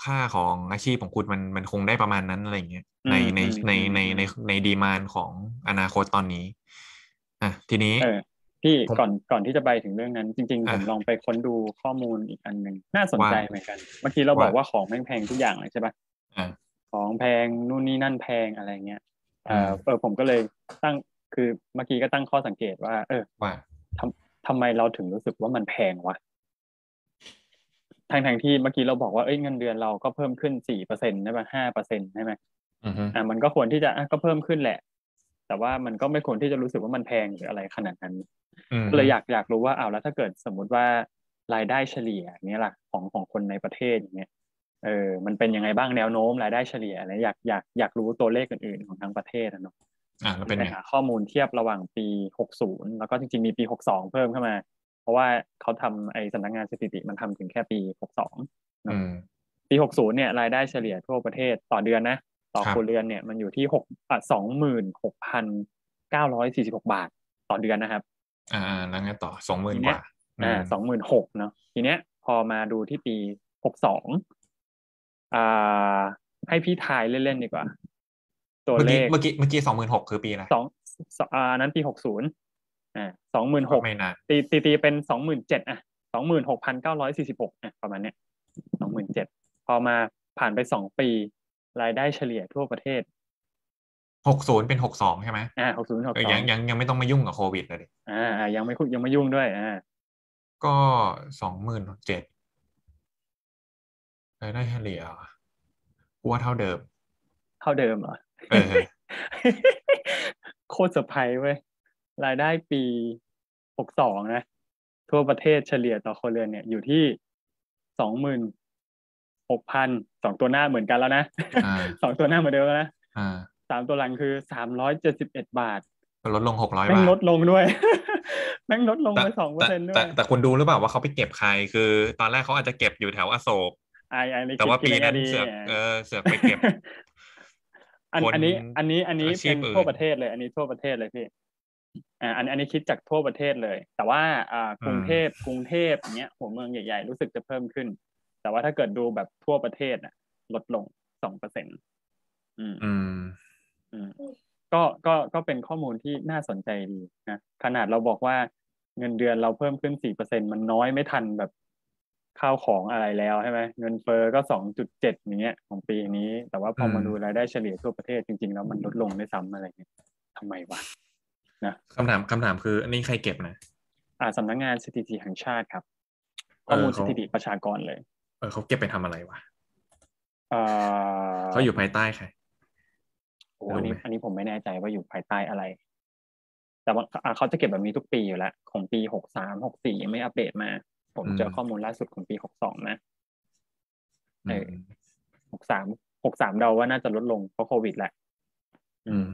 Speaker 2: ค่าของอาชีพของคุณมันมันคงได้ประมาณนั้นอะไรอย่างเงี้ยใน
Speaker 3: อืม
Speaker 2: ใน
Speaker 3: อืม
Speaker 2: ในใน
Speaker 3: อืม
Speaker 2: ในในดีมานของอนาคตตอนนี้ อ่ะทีนี้
Speaker 3: เออ พี่
Speaker 2: ผม
Speaker 3: ก่อนก่อนที่จะไปถึงเรื่องนั้น จริง ๆ
Speaker 2: อ่ะ
Speaker 3: ผมลองไปค้นดูข้อมูลอีกอันหนึ่งน่าสน
Speaker 2: ว่า
Speaker 3: ใจเหมือนกันเมื่อกี้เราบอก
Speaker 2: ว่า
Speaker 3: ว่าของแม่งแพงทุกอย่างเลยใช่ปะ
Speaker 2: อ่า
Speaker 3: ของแพงนู่นนี่นั่นแพงอะไรเงี้ยเออ
Speaker 2: อืม
Speaker 3: เออผมก็เลยตั้งคือเมื่อกี้ก็ตั้งข้อสังเกตว่า เออ
Speaker 2: ว่า
Speaker 3: ทำไมเราถึงรู้สึกว่ามันแพงวะทางทางๆที่เมื่อกี้เราบอกว่าเอ้ยเงินเดือนเราก็เพิ่มขึ้นสี่เปอร์เซ็นต์ใช่ไหมห้าเปอร์เซ็นต์ใช่ไหม
Speaker 2: อือฮึ
Speaker 3: อ่ามันก็ควรที่จะอ่ะก็เพิ่มขึ้นแหละ แต่ว่ามันก็ไม่ควรที่จะรู้สึกว่ามันแพงหรืออะไรขนาดนั้น
Speaker 2: ม
Speaker 3: ก็เลยอยากอยากรู้ว่าอ้าวแล้วถ้าเกิดสมมุติว่ารายได้เฉลี่ยอย่างเนี้ยล่ะของของคนในประเทศอย่างเงี้ยเออมันเป็นยังไงบ้างแนวโน้มรายได้เฉลี่ยอะไรอยากอยากอยากรู้ตัวเลขอื่นๆของทางประเทศนะเนาะ
Speaker 2: อ่าแล้วเป็น
Speaker 3: ไป
Speaker 2: ไง
Speaker 3: หาข้อมูลเทียบระหว่างปี 60 แล้วก็จริงๆมีปี 62 เพิ่มเข้ามา เพราะว่าเขาทำไอ้สำนักงานสถิติมันทำถึงแค่ปี 62
Speaker 2: อืม
Speaker 3: ปี 60 เนี่ยรายได้เฉลี่ยทั่วประเทศต่อเดือนนะ ต่อ
Speaker 2: ครับ
Speaker 3: ครัวเรือนเนี่ยมันอยู่ที่6อ่ะ26,946 บาทต่อเดือนนะครับ
Speaker 2: อ่าอ่าแล้วไงต่อสองหมื่น
Speaker 3: ที
Speaker 2: ก
Speaker 3: เนี้ย
Speaker 2: ว่า
Speaker 3: อ่าม สองหมื่นหกเนาะทีเนี้ย พอมาดูที่ปีหกสองอ่าให้พี่ทายเล่นๆดีกว่า ตัว
Speaker 2: เมื่อ
Speaker 3: เล
Speaker 2: กี้
Speaker 3: ข
Speaker 2: เมื่อกี้เมื่อกี้สองหมื่นหกคือปีอะไร
Speaker 3: สองสองอ่านั้นปีหกศูนย์อ่าสองหมื่นหก
Speaker 2: ไม่นาน
Speaker 3: ตีตีตีเป็นสองหมื่นเจ็ดอ่ะสองหมื่นหกพันเก้าร้อยสี่สิบหกอ่ะประมาณเนี้ยสองหมื่นเจ็ดพอมาผ่านไปสองปี รายได้เฉลี่ยทั่วประเทศ
Speaker 2: หกศูนย์เป็นหกสองใช่ไหม
Speaker 3: อ่าหกศูนย์หก
Speaker 2: เออ
Speaker 3: สอ
Speaker 2: ยัง
Speaker 3: ง
Speaker 2: ยังยังไม่ต้องมายุ่งกับโควิดเลยดิ
Speaker 3: อ่าอ่ายังไม่คุยยังไม่ยุ่งด้วยอ่า
Speaker 2: ก็สองหมื่นเจ็ดรายได้เฉลี่ยกูว่าเท่าเดิม
Speaker 3: เท่าเดิมเหรอ
Speaker 2: เออ
Speaker 3: โคตรเซอร์ไพรส์เว้ยรายได้ปี 62 นะ ทั่วประเทศเฉลี่ยต่อคนเรือนเนี่ยอยู่ที่ 26,000สองตัวหน้าเหมือนกันแล้วนะ
Speaker 2: อ่า
Speaker 3: สองตัวหน้าเหมือนเดิมแล้วนะ
Speaker 2: อ่า
Speaker 3: สามตัวหลังคือ 371 บาท
Speaker 2: ก็ลดลงหกร้อย
Speaker 3: แม่ง
Speaker 2: บาท
Speaker 3: ลดลงด้วย แม่งลดลง
Speaker 2: แต่
Speaker 3: ไปสองเปอร์
Speaker 2: แต่
Speaker 3: เซ็นต์ด้ว
Speaker 2: แต่
Speaker 3: ย
Speaker 2: แต่คุณดูหรือเปล่าว่าเขาไปเก็บใครคือ ตอนแรกเขาอาจจะเก็บอยู่แถวอโศก
Speaker 3: ไอ้ไอ้ใน
Speaker 2: แต่ว่า
Speaker 3: คิ
Speaker 2: ปี
Speaker 3: ด
Speaker 2: นั้น
Speaker 3: คิ
Speaker 2: เสือก
Speaker 3: ดไง
Speaker 2: เออเสือกไปเก็ บ
Speaker 3: อัน
Speaker 2: คน
Speaker 3: อันนี้ อันนี้อันนี้
Speaker 2: อาชี
Speaker 3: เป็
Speaker 2: พ
Speaker 3: น
Speaker 2: อื่น
Speaker 3: ทั่วประเทศเลย อันนี้ทั่วประเทศเลยพี่อ่าอันอันนี้คิดจากทั่วประเทศเลย แต่ว่าอ่ากรุงเทพกรุงเทพเนี้ยหัวเมืองใหญ่ๆรู้สึกจะเพิ่มขึ้น แต่ว่าถ้าเกิดดูแบบทั่วประเทศอ่ะ ลดลงสองเปอร์เซ็นต์อืม
Speaker 2: อืม
Speaker 3: อืมก็ก็ก็เป็นข้อมูลที่น่าสนใจดีนะขนาดเราบอกว่าเงินเดือนเราเพิ่มขึ้นสี่เปอร์เซ็นมันน้อยไม่ทันแบบข้าวของอะไรแล้วใช่ไหมเงินเฟอ้อก็สองจุดเจ็ดอย่างเงี้ยของปีนี้ แต่ว่าพอมา
Speaker 2: อืม
Speaker 3: ดูรายได้เฉลี่ยทั่วประเทศจริงๆแล้วมันลดลงด้วยซ้ำอะไรเงี้ยทำไมวะ
Speaker 2: คำถามคำถามคือ อันนี้ใครเก็บนะ
Speaker 3: อ่าสำนักงานสถิติแห่งชาติครับ
Speaker 2: เออ
Speaker 3: ข้อมูลส
Speaker 2: เขา
Speaker 3: ถิติประชากรเลย
Speaker 2: เออเขาเก็บไปทำอะไรวะ
Speaker 3: เออ
Speaker 2: เขาอยู่ภายใต้ใคร
Speaker 3: โอ้อันนี้
Speaker 2: รู้ไหม
Speaker 3: อันนี้ผมไม่แน่ใจว่าอยู่ภายใต้อะไร แต่ว่าอ่าเขาจะเก็บแบบนี้ทุกปีอยู่แล้ว ของปีหกสามหกสี่ยังไม่อัปเดตมา ผมเจอข้อมูลล่าสุดของปีหกสองนะ
Speaker 2: อืม
Speaker 3: หกสามหกสามเดาว่าน่าจะลดลงเพราะโควิดแหละ
Speaker 2: อืม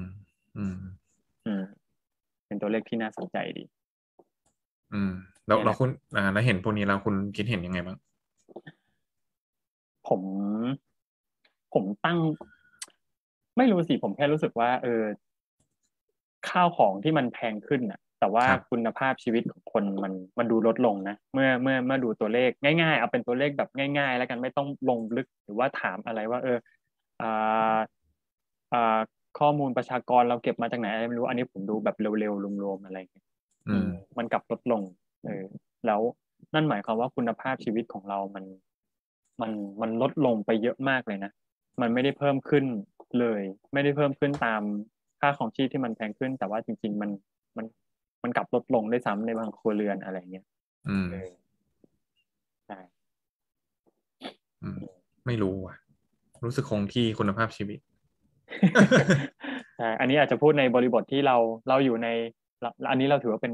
Speaker 2: อืม
Speaker 3: อืม เป็นตัวเลขที่น่าสนใจดี
Speaker 2: อืม แล้ว
Speaker 3: เนี่ยนะ
Speaker 2: เราคุณอ่าแล้วเห็นพวกนี้เราคุณคิดเห็นยังไงบ้าง
Speaker 3: ผม ผมตั้ง ไม่รู้สิ ผมแค่รู้สึกว่า เออ ข้าวของที่มันแพงขึ้นน่ะ แต่ว่า
Speaker 2: ครับ
Speaker 3: คุณภาพชีวิตของคนมันมันดูลดลงนะเมื่อเมื่อเมื่อดูตัวเลขง่ายๆเอาเป็นตัวเลขแบบง่าย ๆ แล้วกันไม่ต้องลงลึกหรือว่าถามอะไรว่า เอออ่าอ่าข้อมูลประชากรเราเก็บมาจากไหนอะไรไม่รู้อันนี้ผมดูแบบเร็วๆรวมๆอะไรอย่างเงี้ย
Speaker 2: อืม
Speaker 3: มันกลับลดลง เออ แล้วนั่นหมายความว่าคุณภาพชีวิตของเรามัน มัน มันลดลงไปเยอะมากเลยนะ มันไม่ได้เพิ่มขึ้นเลย ไม่ได้เพิ่มขึ้นตามค่าของชีพที่มันแพงขึ้น แต่ว่าจริง ๆ มัน มัน มันกลับลดลงด้วยซ้ำในบางครัวเรือนอะไรเงี้ย
Speaker 2: อืม
Speaker 3: เออ ใช่
Speaker 2: อืม ไม่รู้ว่ะ รู้สึกคงที่คุณภาพชีวิต
Speaker 3: ใช่ อันนี้อาจจะพูดในบริบทที่เรา เราอยู่ในเราอันนี้เราถือว่าเป็น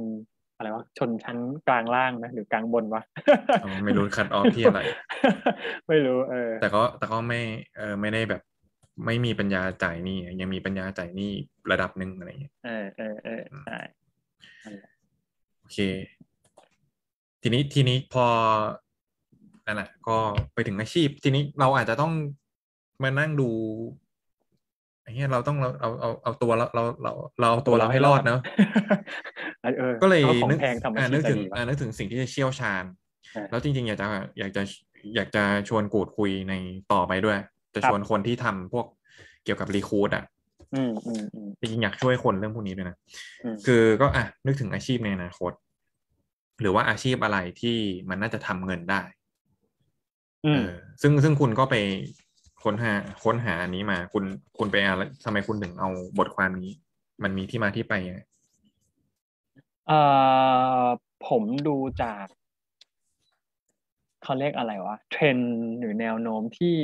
Speaker 3: อะไรวะ ชนชั้นกลางล่างนะหรือกลางบนวะ
Speaker 2: อ๋อไม่รู้คัดออฟที่อะไร
Speaker 3: ไม่รู้ เออ
Speaker 2: แต่ก็แต่ก็ไม่เออไม่ได้แบบ ไม่มีปัญญาจ่ายหนี้อะยังมีปัญญาจ่ายหนี้ระดับหนึ่งอะไรอย่างเงี้ย
Speaker 3: เออเออเออใช่
Speaker 2: โอเค ทีนี้ทีนี้พอนั่นแหละก็ไปถึงอาชีพ ทีนี้เราอาจจะต้องมานั่งดูไอ้เนี้ยเราต้องเราเอาเอาเอาตัวเราเราเราเราเอาตัวเราให้รอดเนอะ
Speaker 3: เออ
Speaker 2: ก็เลย
Speaker 3: อาของ
Speaker 2: นึก
Speaker 3: แพงทำอา
Speaker 2: อ่า
Speaker 3: ชี
Speaker 2: นึ
Speaker 3: พ
Speaker 2: ก
Speaker 3: อะไร
Speaker 2: ถึง
Speaker 3: ดีวะ
Speaker 2: อ่านึกถึงสิ่งที่จะเชี่ยวชาญ
Speaker 3: อ่า
Speaker 2: แล้วจริงๆ อยากจะอยากจะอยากจะชวนกูดคุยในต่อไปด้วย จะ
Speaker 3: ครั
Speaker 2: ช
Speaker 3: บ
Speaker 2: วนคนที่ทำพวกเกี่ยวกับรีคูดอ่ะ
Speaker 3: อืมอืมอืม
Speaker 2: จริงๆอยากช่วยคนเรื่องพวกนี้ด้วยนะ
Speaker 3: อืม
Speaker 2: คือก็อ่ะนึกถึงอาชีพในอนาคต หรือว่าอาชีพอะไรที่มันน่าจะทำเงินได้
Speaker 3: อืม
Speaker 2: เออซึ่งซึ่งคุณก็ไปค้นหาค้นหาอันนี้มา คุณคุณไปอะไรทำไมคุณถึงเอาบทความนี้ มันมีที่มาที่ไปยังไง
Speaker 3: เอ่อผมดูจากเขาเรียกอะไรวะเทรนด์หรือแนวโน้มที่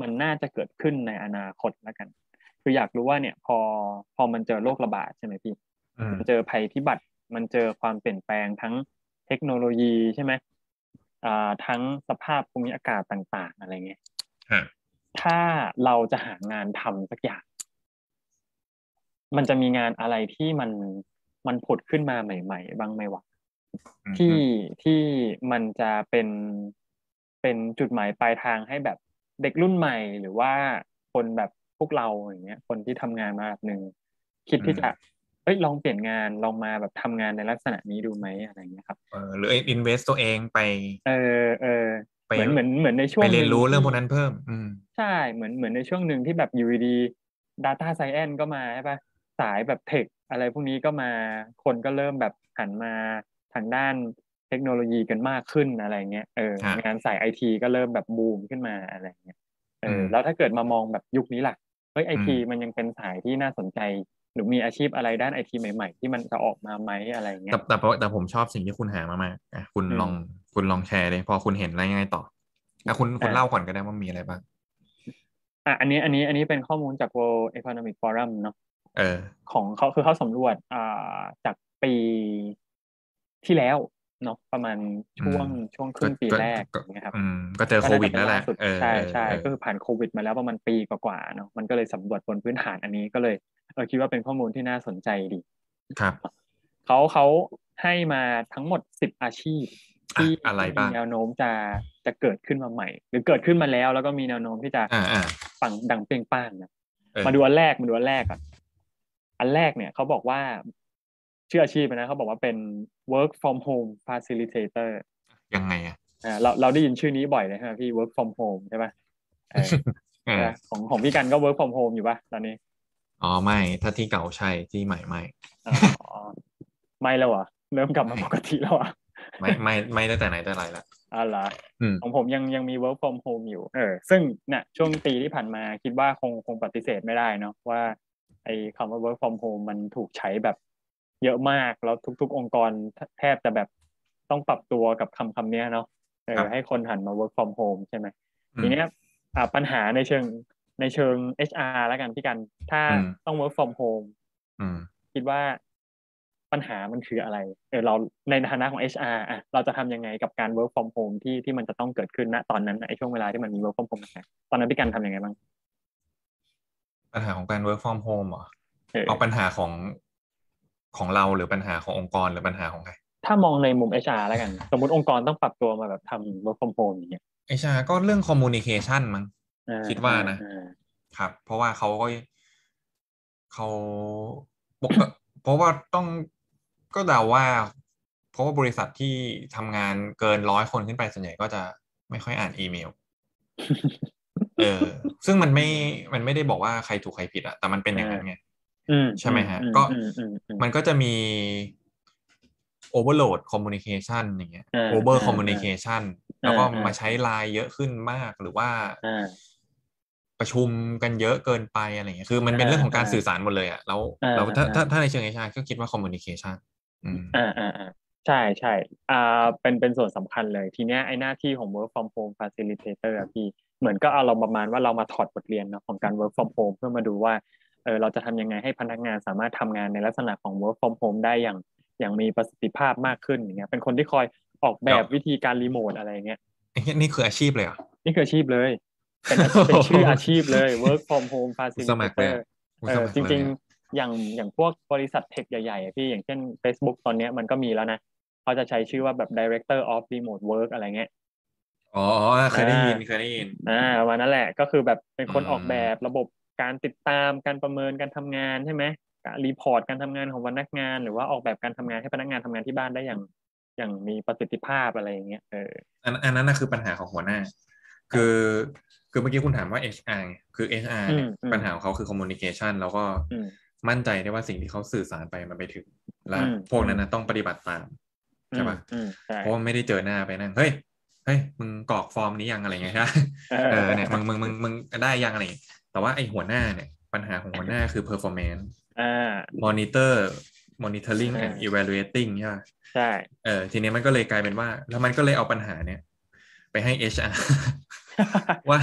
Speaker 3: มันน่าจะเกิดขึ้นในอนาคตแล้วกัน คืออยากรู้ว่าเนี่ย พอพอมันเจอโรคระบาดใช่ไหมพี่
Speaker 2: อืม
Speaker 3: มันเจอภัยพิบัติ มันเจอความเปลี่ยนแปลงทั้งเทคโนโลยีใช่ไหมอ่าทั้งสภาพภูมิอากาศต่าง ๆ อะไรเงี้ย
Speaker 2: ฮะ
Speaker 3: ถ้าเราจะหางานทำสักอย่าง มันจะมีงานอะไรที่มันมันผุดขึ้นมาใหม่ ๆ บ้างไหมวะ
Speaker 2: อืม
Speaker 3: ที่ที่มันจะเป็นเป็นจุดหมายปลายทางให้แบบเด็กรุ่นใหม่ หรือว่าคนแบบพวกเราอย่างเงี้ย คนที่ทำงานมาแบบหนึ่งคิดที่จะเอ้ยลองเปลี่ยนงานลองมาแบบทำงานในลักษณะนี้ดูไหมอะไรอย่างเงี้ยครับ
Speaker 2: เออหรืออินเวสตัวเองไป
Speaker 3: เออเออ
Speaker 2: ไป
Speaker 3: เหมือนเหมือนเหมือนในช่วง
Speaker 2: ไปเรียนรู้
Speaker 3: หที่
Speaker 2: เรื่องพวกนั้นเพิ่ม อืม
Speaker 3: ใช่ เหมือนเหมือนในช่วงหนึ่งที่แบบอยู่ดีๆ Data Science ก็มาใช่ปะสายแบบเทคอะไรพวกนี้ก็มาคนก็เริ่มแบบหันมาทางด้านเทคโนโลยีกันมากขึ้นอะไรเงี้ยเออ
Speaker 2: ฮะ
Speaker 3: งานสายไอทีก็เริ่มแบบบูมขึ้นมาอะไรเงี้ยเออ
Speaker 2: ม
Speaker 3: อแล้วถ้าเกิดมามองแบบยุคนี้ล่ะเฮ้ยไอที
Speaker 2: อืม
Speaker 3: มันยังเป็นสายที่น่าสนใจ หรือมีอาชีพอะไรด้านไอทีใหม่ๆ ที่มันจะออกมาไหมอะไรเงี้
Speaker 2: แต่
Speaker 3: ย
Speaker 2: แต่แต่แต่ผมชอบสิ่งที่คุณหามามากอ่ะคุณ
Speaker 3: อืม
Speaker 2: ลองคุณลองแชร์เลย พอคุณเห็นอะไรยังไงต่ออ่ะคุณคุณ
Speaker 3: อ่า
Speaker 2: เล่าก่อนก็ได้ว่ามีอะไรบ้าง
Speaker 3: อ่ะอันนี้อันนี้อันนี้เป็นข้อมูลจาก World Economic Forum เนาะ
Speaker 2: เออ
Speaker 3: ของเขาคือเขาสำรวจอ่าจากปีที่แล้วเนาะประมาณช่วงช่วงครึ่งปีแรกอย่างเงี้ยครับ
Speaker 2: อืมก็เจอโควิดแล้วแหละ
Speaker 3: ก็น่าจเป็นาสุด
Speaker 2: เออ
Speaker 3: ใช่ใช่
Speaker 2: เออ
Speaker 3: ก็คือผ่านโควิดมาแล้วประมาณปีกว่าๆเนาะมันก็เลยสำรวจบนพื้นฐานอันนี้ก็เลยเออคิดว่าเป็นข้อมูลที่น่าสนใจดี
Speaker 2: ครับ
Speaker 3: เขาเขาให้มาทั้งหมดสิบอาชีพ
Speaker 2: อ่ะ
Speaker 3: ที่
Speaker 2: อะไร
Speaker 3: ที่มี
Speaker 2: บ้าง
Speaker 3: แนวโน้มจะจะเกิดขึ้นมาใหม่ หรือเกิดขึ้นมาแล้ว แล้วก็มีแนวโน้มที่จะ
Speaker 2: อ่าอ่า
Speaker 3: ปังดังเปรี้ยงป้างนะ
Speaker 2: เออ
Speaker 3: มาดูอันแรกมาดูอันแรกก่อนอันแรกเนี่ยเขาบอกว่าชื่ออาชีพนะเขาบอกว่าเป็น work from home facilitator
Speaker 2: ยังไงอ่ะ
Speaker 3: อ่าเราเราได้ยินชื่อนี้บ่อยเลยใช่ไหมพี่ work from home ใช่ปะเออ
Speaker 2: เออ
Speaker 3: ใช่ปะของของพี่กันก็ work from home อยู่ปะตอนนี้
Speaker 2: อ๋อไม่ถ้าที่เก่าใช่ที่ใหม่ไม่
Speaker 3: อ๋อไม่แล้วเหรอ่ะเริ่มกลับมาปกติแล้วเหรอ่ะ
Speaker 2: ไม่ไม่ไม่ตั้งแต่ไหนแต่ไรละ
Speaker 3: อ๋อเหรอ
Speaker 2: อืม
Speaker 3: ของผมยังยังมี work from home อยู่ เออ ซึ่งเนี่ยช่วงปีที่ผ่านมาคิดว่าคงคงปฏิเสธไม่ได้เนาะว่า ไอ้คำว่า work from home มันถูกใช้แบบเยอะมาก แล้วทุก ๆ องค์กรแทบจะแบบต้องปรับตัวกับคำคำเนี้ยเนาะเออให้คนหันมา work from home ใช่ไหมทีเนี้ยอ่าปัญหาในเชิงในเชิง HR แล้วกันพี่กัน ถ้าต้อง work from home
Speaker 2: อืม
Speaker 3: คิดว่าปัญหามันคืออะไร เออเราในฐานะของ HR อ่ะเราจะทำยังไงกับการ work from home ที่ที่มันจะต้องเกิดขึ้นณตอนนั้นนะไอ้ช่วงเวลาที่มันมี work from home นะตอนนั้นพี่กันทำยังไงบ้าง
Speaker 2: ปัญหาของการ work from home เหรอ
Speaker 3: เออ
Speaker 2: เอาปัญหาของของเราหรือปัญหาขององค์กรหรือปัญหาของใคร
Speaker 3: ถ้ามองในมุม HR แล้วกัน สมมติองค์กรต้องปรับตัวมาแบบทำ work from home อย่างเงี้ย
Speaker 2: ไอชาก็เรื่อง communication มั้ง
Speaker 3: เออ
Speaker 2: คิดว่านะ
Speaker 3: เออ
Speaker 2: ครับ เพราะว่าเขาก็เขาปกติเพราะว่าต้องก็เดาว่า เพราะว่าบริษัทที่ทำงานเกินร้อยคนขึ้นไปส่วนใหญ่ก็จะไม่ค่อยอ่านอีเมล เออ ซึ่งมันไม่มันไม่ได้บอกว่าใครถูกใครผิดอะแต่มันเป็นอย่างนั้นไง
Speaker 3: อื
Speaker 2: ใช่ไหมฮะ
Speaker 3: อื
Speaker 2: ก็
Speaker 3: อืมอืมอืม
Speaker 2: มันก็จะมี overload communication อย่างเงี้ย
Speaker 3: อ่า
Speaker 2: over
Speaker 3: อ่า
Speaker 2: communication แล้วก็
Speaker 3: อ่าม
Speaker 2: มาใช้ไลน์เยอะขึ้นมากหรือว่า
Speaker 3: อ่า
Speaker 2: ประชุมกันเยอะเกินไปอะไรเงี้ย คือมันเป็น
Speaker 3: อ่า
Speaker 2: เรื่องของการ
Speaker 3: อ่า
Speaker 2: สื่อสารหมดเลยอะแล้ว
Speaker 3: อ่า
Speaker 2: แล้วถ้า
Speaker 3: อ่า
Speaker 2: ถ้าถ้าในเชิงเอชาก็คิดว่า communication อืม
Speaker 3: อ่าอ่าอ่าใช่ใช่อ่าเป็นเป็นส่วนสำคัญเลย ทีเนี้ยไอ้หน้าที่ของ work from home facilitator อะพี่เหมือนก็เอาเราประมาณว่าเรามาถอดบทเรียนเนาะของการ work from home เพื่อมาดูว่าเออเราจะทำยังไงให้พนักงานสามารถทำงานในลักษณะของ work from home ได้อย่างอย่างมีประสิทธิภาพมากขึ้นอย่างเงี้ยเป็นคนที่คอยออกแบบวิธีการรีโมทอะไรอย่างเงี้ย
Speaker 2: ไอ้เหี้ยนี่คืออาชีพเลยเหรอ่ะ
Speaker 3: นี่คืออาชีพ เลย เป็นอาชีพ เป็นชื่ออาชีพเลย work from home
Speaker 2: สมัครเลย
Speaker 3: facilitator เออจริงๆ อย่างอย่างพวกบริษัทเทคใหญ่ๆอะพี่อย่างเช่น Facebook ตอนเนี้ยมันก็มีแล้วนะเขาจะใช้ชื่อว่าแบบ director of remote work อะไรเงี้ย
Speaker 2: ๆอ๋อเคยได้ยิน
Speaker 3: อ่า
Speaker 2: เคยได้ยิน
Speaker 3: อ่าประมาณนั้นแหละก็คือแบบเป็นคน
Speaker 2: อืม
Speaker 3: ออกแบบระบบการติดตามการประเมินการทำงานใช่ไหมการรีพอร์ตการทำงานของพนักงาน หรือว่าออกแบบการทำงานให้พนักงานทำงานที่บ้านได้อย่างอย่างมีประสิทธิภาพอะไรอย่างเงี้ยเออ
Speaker 2: อันอันนั้นน่ะคือปัญหาของหัวหน้า คือ คือเมื่อกี้คุณถามว่า HR ไงคือ HR เนี่ย
Speaker 3: อืมอืม
Speaker 2: ปัญหาของเขาคือ communication แล้วก็
Speaker 3: อืม
Speaker 2: มั่นใจได้ว่าสิ่งที่เขาสื่อสารไปมันไปถึง แล้ว
Speaker 3: อืม
Speaker 2: พวกนั้นนะต้องปฏิบัติตาม ใช่ปะ
Speaker 3: อืมใช่
Speaker 2: เพราะว่าไม่ได้เจอหน้าไปนั่งเฮ้ยเฮ้ยมึงกรอกฟอร์มนี้ยังอะไรเงี้ย ใช่ไหม เอ อเนี่ยมึงมึงมึงมึงได้ยังอะไรอย่างงี้แต่ว่าไอหัวหน้าเนี่ยปัญหาของหัวหน้าคือ performance
Speaker 3: อ่า
Speaker 2: monitor monitoring and
Speaker 3: ใช่
Speaker 2: evaluating ใช่ปะ
Speaker 3: ใช่
Speaker 2: เออทีเนี้ยมันก็เลยกลายเป็นว่า แล้วมันก็เลยเอาปัญหาเนี่ย ไปให้ HR ว่า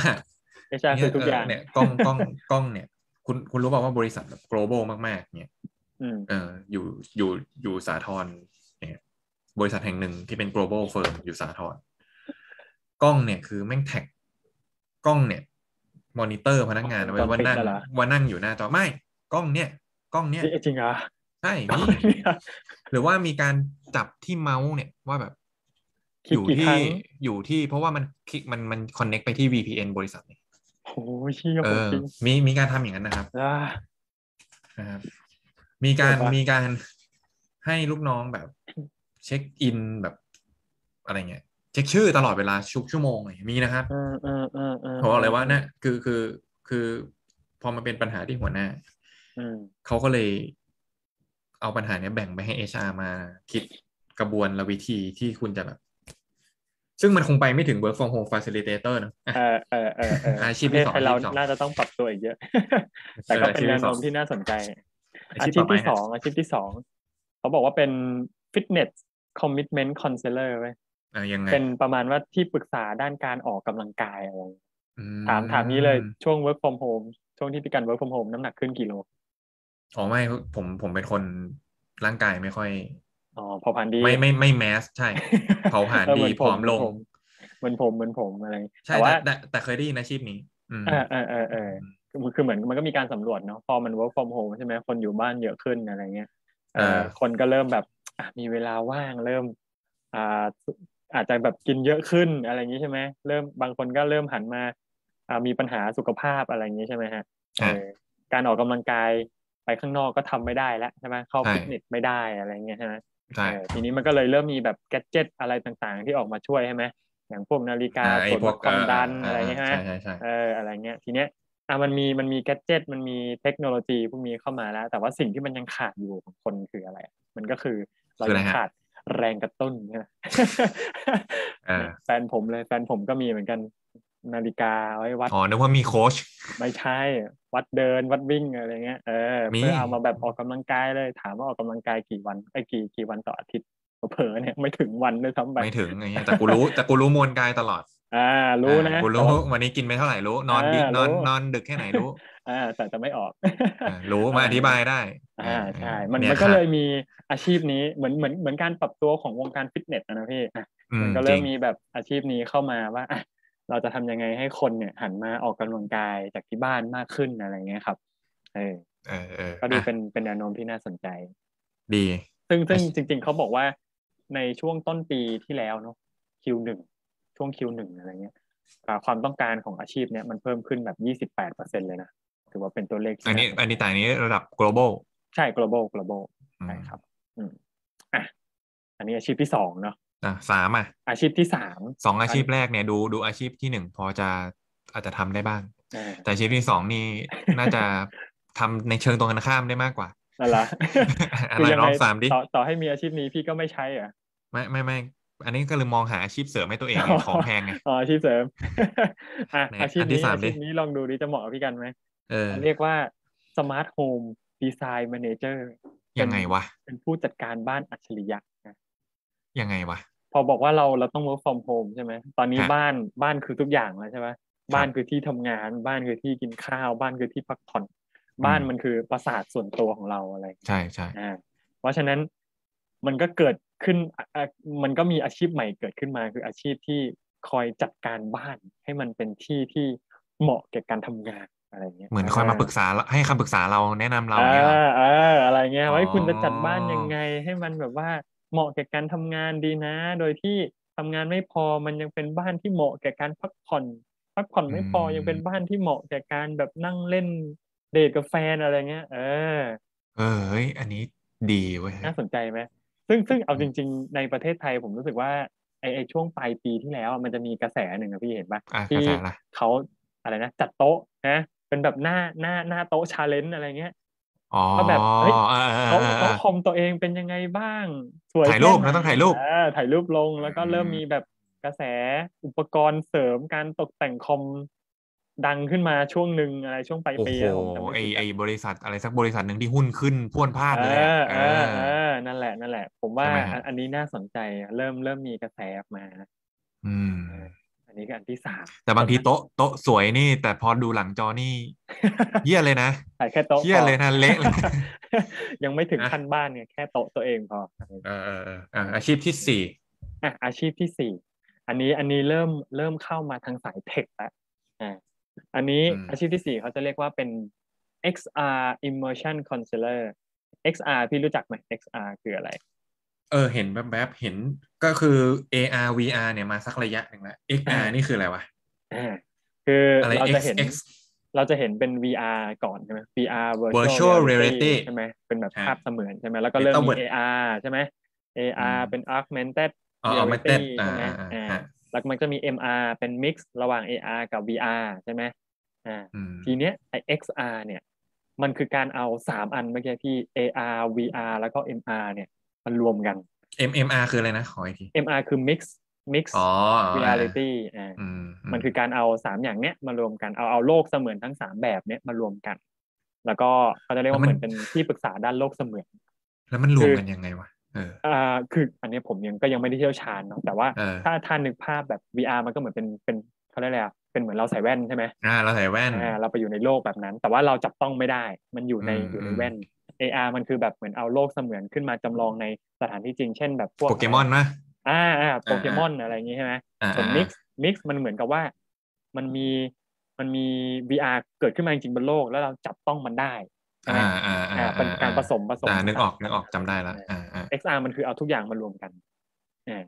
Speaker 3: ไม่ใช่คือทุกอย่าง
Speaker 2: เนี่ยเเนี่ยกล้องกล้องกล้องเนี่ย คุณคุณรู้เปล่าว่าบริษัทแบบ global มากๆเนี่ย
Speaker 3: อืม
Speaker 2: เอออยู่อยู่อยู่สาทรเนี่ยบริษัทแห่งหนึ่งที่เป็น global firm อยู่สาทรกล้องเนี่ยคือแม่งแท็กกล้องเนี่ย มอนิเตอร์พนักงานเอาไว้ว่านั่งว่านั่งอยู่หน้าจอไม่กล้องเนี่ยกล้องเนี่ย
Speaker 3: เอ๊ะจริงเหรอ
Speaker 2: ใช่ มีหรือว่ามีการจับที่เมาส์เนี่ยว่าแบบ
Speaker 3: ค
Speaker 2: อ
Speaker 3: ลิก
Speaker 2: ยู่
Speaker 3: กี่ค
Speaker 2: ที่
Speaker 3: รั้ง
Speaker 2: อยู่ที่เพราะว่ามันคลิกมันมันคอนเน็กไปที่ VPN บริษัทเนี่ย
Speaker 3: โอ้ยเชี่ย
Speaker 2: เอ
Speaker 3: ของ
Speaker 2: อ
Speaker 3: จริง
Speaker 2: มีมีการทำอย่างนั้นนะครับ
Speaker 3: อ่า
Speaker 2: นะครับ มีการ
Speaker 3: เออปะ
Speaker 2: มีการให้ลูกน้องแบบเช็คอินแบบอะไรเงี้ยเช็คชื่อตลอดเวลาชุกชั่วโมงอะไรเงี้ยมีนะครับ
Speaker 3: เออเออเออเออ
Speaker 2: ผมบอกเลยว่าเนี่ยคือคือคือพอมันเป็นปัญหาที่หัวหน้า
Speaker 3: อืม
Speaker 2: เขาก็เลยเอาปัญหาเนี้ยแบ่งไปให้ HR มาคิดกระบวนและวิธีที่คุณจะแบบ ซึ่งมันคงไปไม่ถึง work from home facilitator นะอ่ะ
Speaker 3: เออเออเออเออ
Speaker 2: อาชีพที่สอง
Speaker 3: ประเทศไทยเรา
Speaker 2: อาชีพที่สอง
Speaker 3: น่าจะต้องปรับตัวอีกเยอะ แต่ก็เป็นแนวโน้มที่น่าสนใจ อาชีพ
Speaker 2: ต่ไป
Speaker 3: ที่สองอาชีพที่สองเขาบอกว่าเป็น fitness commitment counselor เว้ย
Speaker 2: อ่ะยังไง
Speaker 3: เป็นประมาณว่าที่ปรึกษาด้านการออกกำลังกายอะไรอย่างเงี้ย
Speaker 2: อื
Speaker 3: ถามถามนี้เลยช่วง work from home ช่วงที่พี่กัน work from home น้ำหนักขึ้นกี่โล
Speaker 2: อ๋อไม่ผมผมเป็นคนร่างกายไม่ค่อย
Speaker 3: อ๋อพอผ่านดี
Speaker 2: ไม่ไม่ไม่แมสใช่ เผาผลาญ
Speaker 3: เออ
Speaker 2: ดี
Speaker 3: เหมือ
Speaker 2: ผอ
Speaker 3: นผม
Speaker 2: มลง
Speaker 3: เหมือนผมเหมือนผมอะไรอย่างเงี้ย
Speaker 2: ใช่
Speaker 3: แต่ว่า
Speaker 2: แต่แต่แต่เคยได้ยินอาชีพนี้ อืม
Speaker 3: เออเออเออเออ คือคือเหมือนมันก็มีการสำรวจเนาะพอมัน work from home ใช่ไหมคนอยู่บ้านเยอะขึ้นอะไรเงี้ยเออคนก็เริ่มแบบอ่ะมีเวลาว่างเริ่มอ่าอาจจะแบบกินเยอะขึ้นอะไรอย่างนี้ใช่ไหมเริ่มบางคนก็เริ่มหันมาอ่ามีปัญหาสุขภาพอะไรอย่างนี้ใช่ไหมฮะเออการออกกำลังกายไปข้างนอกก็ทำไม่ได้แล้วใช่ไหมเข้าฟิตเนสไม่ได้อะไรเงี้ยใช่ไหม
Speaker 2: ใช่
Speaker 3: เออทีนี้มันก็เลยเริ่มมีแบบแกดเจิตอะไรต่างๆ ที่ออกมาช่วยใช่ไหมอย่างพวกนาฬิกา
Speaker 2: อ่ะไอ้
Speaker 3: ตรวจ
Speaker 2: พ
Speaker 3: วั
Speaker 2: ว
Speaker 3: ด
Speaker 2: ก
Speaker 3: ความดันอะไรอย่างเงี้ยใช่
Speaker 2: ใช่
Speaker 3: ไหม
Speaker 2: ใช่ใช่
Speaker 3: เอออะไรเงี้ยทีเนี้ยอ่ะมันมีมันมีแกดเจิตมันมีเทคโนโลยีพวกนี้เข้ามาแล้ว แต่ว่าสิ่งที่มันยังขาดอยู่ของคนคืออะไร มันก็คือเรายังขาดแรงกระตุ้นใช่ไหม
Speaker 2: อ่า
Speaker 3: แฟนผมเลยแฟนผมก็มีเหมือนกันนาฬิกาเอาไว้วัด
Speaker 2: อ๋อนึกว่ามีโค้ช
Speaker 3: ไม่ใช่ วัดเดินวัดวิ่งอะไรเงี้ยเออ
Speaker 2: มี
Speaker 3: เพื่อเอามาแบบออกกำลังกายเลย ถามว่าออกกำลังกายกี่วันไอ้ยกี่กี่วันต่ออาทิตย์เผลอๆเนี่ยไม่ถึงวันเลยซ้ำไป
Speaker 2: ไม่ถึงไอ้เงี้ยแต่กูรู้แต่กูรู้มวลกายตลอด
Speaker 3: อ่า รู้นะ
Speaker 2: อ่ากูรู้วันนี้กินไปเท่าไหร่รู้ นอนดึก
Speaker 3: อ่าน
Speaker 2: อน
Speaker 3: รู้
Speaker 2: นอนดึกแค่ไหนรู้
Speaker 3: อ่าแต่จะไม่ออก
Speaker 2: อ่ารู้มาอธิบายได้
Speaker 3: อ่าใช่มัน
Speaker 2: ย
Speaker 3: มัน
Speaker 2: ค
Speaker 3: ก็
Speaker 2: รับ
Speaker 3: เลยมีอาชีพนี้เหมือนเหมือนเหมือนการปรับตัวของวงการฟิตเนสนะนะพี่อ่ะ
Speaker 2: อื
Speaker 3: มันก็
Speaker 2: จ
Speaker 3: เริ่
Speaker 2: ริ
Speaker 3: ม
Speaker 2: ง
Speaker 3: มีแบบอาชีพนี้เข้ามาว่าอ่ะเราจะทำยังไงให้คนเนี่ย หันมาออกกำลังกายจากที่บ้านมากขึ้นอะไรเงี้ยครับเออ
Speaker 2: เออเออ
Speaker 3: ก็ดู
Speaker 2: อ่ะ
Speaker 3: เป็นเป็นแนวโน้มที่น่าสนใจ
Speaker 2: ดี
Speaker 3: ซึ่งซึ่ง
Speaker 2: อาชีพ
Speaker 3: จริง ๆเขาบอกว่าในช่วงต้นปีที่แล้วเนาะ Q1 ช่วง Q1 อะไรเงี้ยอ่าความต้องการของอาชีพเนี้ยมันเพิ่มขึ้นแบบ 28เปอร์เซ็นเลยนะถือว่าเป็นตัวเลข
Speaker 2: อันนี้
Speaker 3: ที่าสใจ
Speaker 2: อันนี้แต่อันนี้ระดับ global
Speaker 3: ใช่ global global
Speaker 2: อืม
Speaker 3: ใช่ครับ อืมอ่ะอันนี้อาชีพที่สองเนาะ
Speaker 2: อ่ะสามอ่ะ
Speaker 3: อาชีพที่สาม
Speaker 2: สองอาชีพแรกเนี่ยดูดูอาชีพที่หนึ่งพอ จะอาจจะทำได้บ้าง
Speaker 3: เออ
Speaker 2: แต่อาชีพที่สองนี่ น่าจะทำในเชิงตรงกันข้ามได้มากก ว่า
Speaker 3: นั่นละ
Speaker 2: อะ
Speaker 3: คื
Speaker 2: ไร
Speaker 3: ยัง
Speaker 2: รอ
Speaker 3: ไง
Speaker 2: บสามดิ
Speaker 3: ต่อต่อให้มีอาชีพนี้พี่ก็ไม่ใช้เหรอ่ะ
Speaker 2: ไม่ไม่ไม่อันนี้ก็เลยมองหาอาชีพเสริมให้ตัวเองไง
Speaker 3: อ๋อ
Speaker 2: ของแพงไง
Speaker 3: อ๋ออาชีพเสริม อ่ะ
Speaker 2: ไหน
Speaker 3: อาชีพ
Speaker 2: อันที่
Speaker 3: นี้
Speaker 2: สาม
Speaker 3: อาชีพ
Speaker 2: ดิ
Speaker 3: นี้ลองดูดิจะเหมาะกับพี่กันไหม
Speaker 2: เออ
Speaker 3: เรียกว่า Smart Home Design Manager
Speaker 2: ยังไงวะ
Speaker 3: เป็นผู้จัดการบ้านอัจฉริยะนะ
Speaker 2: ยังไงวะ
Speaker 3: พอบอกว่าเราเราต้อง work from home ใช่ไหมตอนนี้
Speaker 2: ฮะ
Speaker 3: บ้านบ้านคือทุกอย่างแล้วใช่ไหมบ้านคือที่ทำงาน บ้านคือที่กินข้าว บ้านคือที่พักผ่อน บ้าน
Speaker 2: อืม
Speaker 3: มันคือปราสาทส่วนตัวของเราอะไรอย่างเงี้ย
Speaker 2: ใช่ใช่
Speaker 3: อ่าเพราะฉะนั้นมันก็เกิดขึ้นอ่ะอ่ะมันก็มีอาชีพใหม่เกิดขึ้นมา คืออาชีพที่คอยจัดการบ้านให้มันเป็นที่ที่เหมาะแก่การทำงานอะไรย่างเงี้ย
Speaker 2: เหมือนคอยมาปรึกษาเราให้คำปรึกษาเราแนะนำเรา
Speaker 3: อ่
Speaker 2: เนี่ยเหรอ
Speaker 3: าอ่าอะไรเงี้ยไว้
Speaker 2: อ๋อ
Speaker 3: คุณจะจัดบ้านยังไงให้มันแบบว่าเหมาะแก่การทำงานดีนะ โดยที่ทำงานไม่พอมันยังเป็นบ้านที่เหมาะแก่การพักผ่อน พักผ่อนไม่พอยังเป็นบ้านที่เหมาะแก่การแบบนั่งเล่นเดทกับแฟนอะไรเงี้ย เออ
Speaker 2: เออเฮ้ยอันนี้ดีเว้ย
Speaker 3: น่าสนใจไหมซึ่งซึ่งเอาจริง ๆ ในประเทศไทยผมรู้สึกว่าไอไอช่วงปลายปีที่แล้วอะมันจะมีกระแสหนึ่งอะพี่เห็นปะ
Speaker 2: อ่ะก
Speaker 3: ที่
Speaker 2: ระแสอะไร
Speaker 3: เขา อะไรนะจัดโต๊ะนะเป็นแบบหน้าหน้าหน้าโต๊ะชาเลนจ์อะไรเงี้ย
Speaker 1: อ๋อ
Speaker 3: ก็แบบเฮ้ย
Speaker 1: อ่าอ่า
Speaker 3: โต๊ะ
Speaker 1: อ่า
Speaker 3: โต๊ะ
Speaker 1: อ่า
Speaker 3: คอมตัวเองเป็นยังไงบ้าง สวย
Speaker 1: ถ่ายรูป
Speaker 3: แค่ไห
Speaker 1: นะต้องถ่ายรูป
Speaker 3: เออถ่ายรูปลงแล้วก็เริ่ม
Speaker 2: อืม
Speaker 3: มีแบบกระแสอุปกรณ์เสริมการตกแต่งคอมดังขึ้นมาช่วงหนึ่งอะไรช่วงปลาย
Speaker 1: โอ้
Speaker 3: ปี
Speaker 1: โห
Speaker 3: อะผมจำ
Speaker 1: ไอ
Speaker 3: ม่ผิด
Speaker 1: ไอ
Speaker 3: อะ
Speaker 1: บริษัทอะไรสักบริษัทหนึ่งที่หุ้นขึ้นพรวนพลาดเลย
Speaker 3: เอ
Speaker 1: อะ
Speaker 3: อเออ
Speaker 1: เอ
Speaker 3: เอ
Speaker 1: อ
Speaker 3: อนั่นแหละนั่นแหละ ผมว่า
Speaker 1: ใช่ไหมฮะ
Speaker 3: อันอันนี้น่าสนใจอะเริ่มเริ่มมีกระแสออกมา
Speaker 1: อืม
Speaker 3: อันนี้ก็อันที่สาม
Speaker 1: แต่บางที
Speaker 3: ผมนะ
Speaker 1: โต๊ะโต๊ะสวยนี่ แต่พอดูหลังจอนี่ เหี้ยเลยนะ
Speaker 3: ถ่ายแค่โต๊ะ
Speaker 1: เหี้ย
Speaker 3: พอ
Speaker 1: เลยนะเละเลย
Speaker 3: ยังไม่ถึง
Speaker 1: นะ
Speaker 3: ขั้นบ้านเนี่ยแค่โต๊ะตัวเองพอ
Speaker 2: เออเออเอออ่ะอาชีพที่สี่
Speaker 3: อ่ะอาชีพที่สี่อันนี้อันนี้เริ่มเริ่มเข้ามาทางสายเทคแล้วอ่าอันนี้
Speaker 1: อืม
Speaker 3: อาชีพที่สี่เขาจะเรียกว่าเป็น XR immersion counselor XR พี่รู้จักไหม XR คืออะไร
Speaker 2: เออ เห็นแบบแบบๆเห็นก็คือ AR VR เนี่ยมาสักระยะหนึ่งแล้ว XR นี่คืออะไรวะ
Speaker 3: อ่าคือ
Speaker 2: อะไร
Speaker 3: เราจะ
Speaker 2: X
Speaker 3: เห็น
Speaker 2: X
Speaker 3: เราจะเห็นเป็น VR ก่อนใช่ไหม VR
Speaker 1: Virtual Reality
Speaker 3: ใช่ไหมเป็นแบบ
Speaker 2: ฮะ
Speaker 3: ภาพเสมือนใช่ไหมแล้วก็เริ่มมี
Speaker 2: Metaverse
Speaker 3: AR ใช่ไหม AR
Speaker 2: อืม
Speaker 3: เป็น augmented
Speaker 2: อ๋อ
Speaker 3: Reality
Speaker 2: มันเต้นอ่า
Speaker 3: ใช่ไหม
Speaker 2: อ่าอ่า
Speaker 3: อ่า
Speaker 2: ฮะ
Speaker 3: แล้วมันก็มี MR เป็น mix ระหว่าง AR กับ VR ใช่ไหมอ่า
Speaker 2: อืม
Speaker 3: ทีเนี้ยไอ XR เนี่ยมันคือการเอาสามอันเมื่อกี้ที่ AR VR แล้วก็ MR เนี่ยมันรวมกัน
Speaker 2: MMR คืออะไรนะ ขออีกที
Speaker 3: MR คือ mix mix
Speaker 2: อ๋อ
Speaker 3: reality อ่า
Speaker 2: อืม
Speaker 3: มันคือการเอาสามอย่างเนี้ยมารวมกันเอาเอาโลกเสมือนทั้งสามแบบเนี้ยมารวมกัน แล้วก็เขาจะเรียกว่าเหมือนเป็นที่ปรึกษาด้านโลกเสมือน
Speaker 2: แล้วมันรวมกันยังไงวะเออ
Speaker 3: อ่าคืออันเนี้ยผมยังก็ยังไม่ได้เชี่ยวชาญเนาะแต่ว่า
Speaker 2: เออ
Speaker 3: ถ้าท่านนึกภาพแบบ VR มันก็เหมือนเป็นเป็นเขาเรียกอะไรอะเป็นเหมือนเราใส่แว่นใช่ไหม
Speaker 2: อ่าเราใส่แว่น
Speaker 3: อ่าเราไปอยู่ในโลกแบบนั้น แต่ว่าเราจับต้องไม่ได้ มันอยู่ใน
Speaker 2: อืม
Speaker 3: อยู่ใน
Speaker 2: อืม
Speaker 3: แว่น AR มันคือแบบเหมือนเอาโลกเสมือนขึ้นมาจำลองในสถานที่จริงเช่นแบบพวก
Speaker 2: โปเกมอนนะ
Speaker 3: อ่าอ่าโปเกมอนอะไรอย่างงี้ใช่ไหม
Speaker 2: อ่า
Speaker 3: ส่วนมิกซ์มิกซ์มันเหมือนกับว่ามันมีมันมี VR เกิดขึ้นมาจริงๆบนโลกแล้วเราจับต้องมันได้ใช่ไหม
Speaker 2: อ่าอ่าอ่า
Speaker 3: อ่าเป็นการผสมผสม
Speaker 2: อ่านึกออกนึกออกจำได้ละอ่าอ่า
Speaker 3: เอ็กซ์อาร์มันคือเอาทุกอย่างมารวมกันอ่า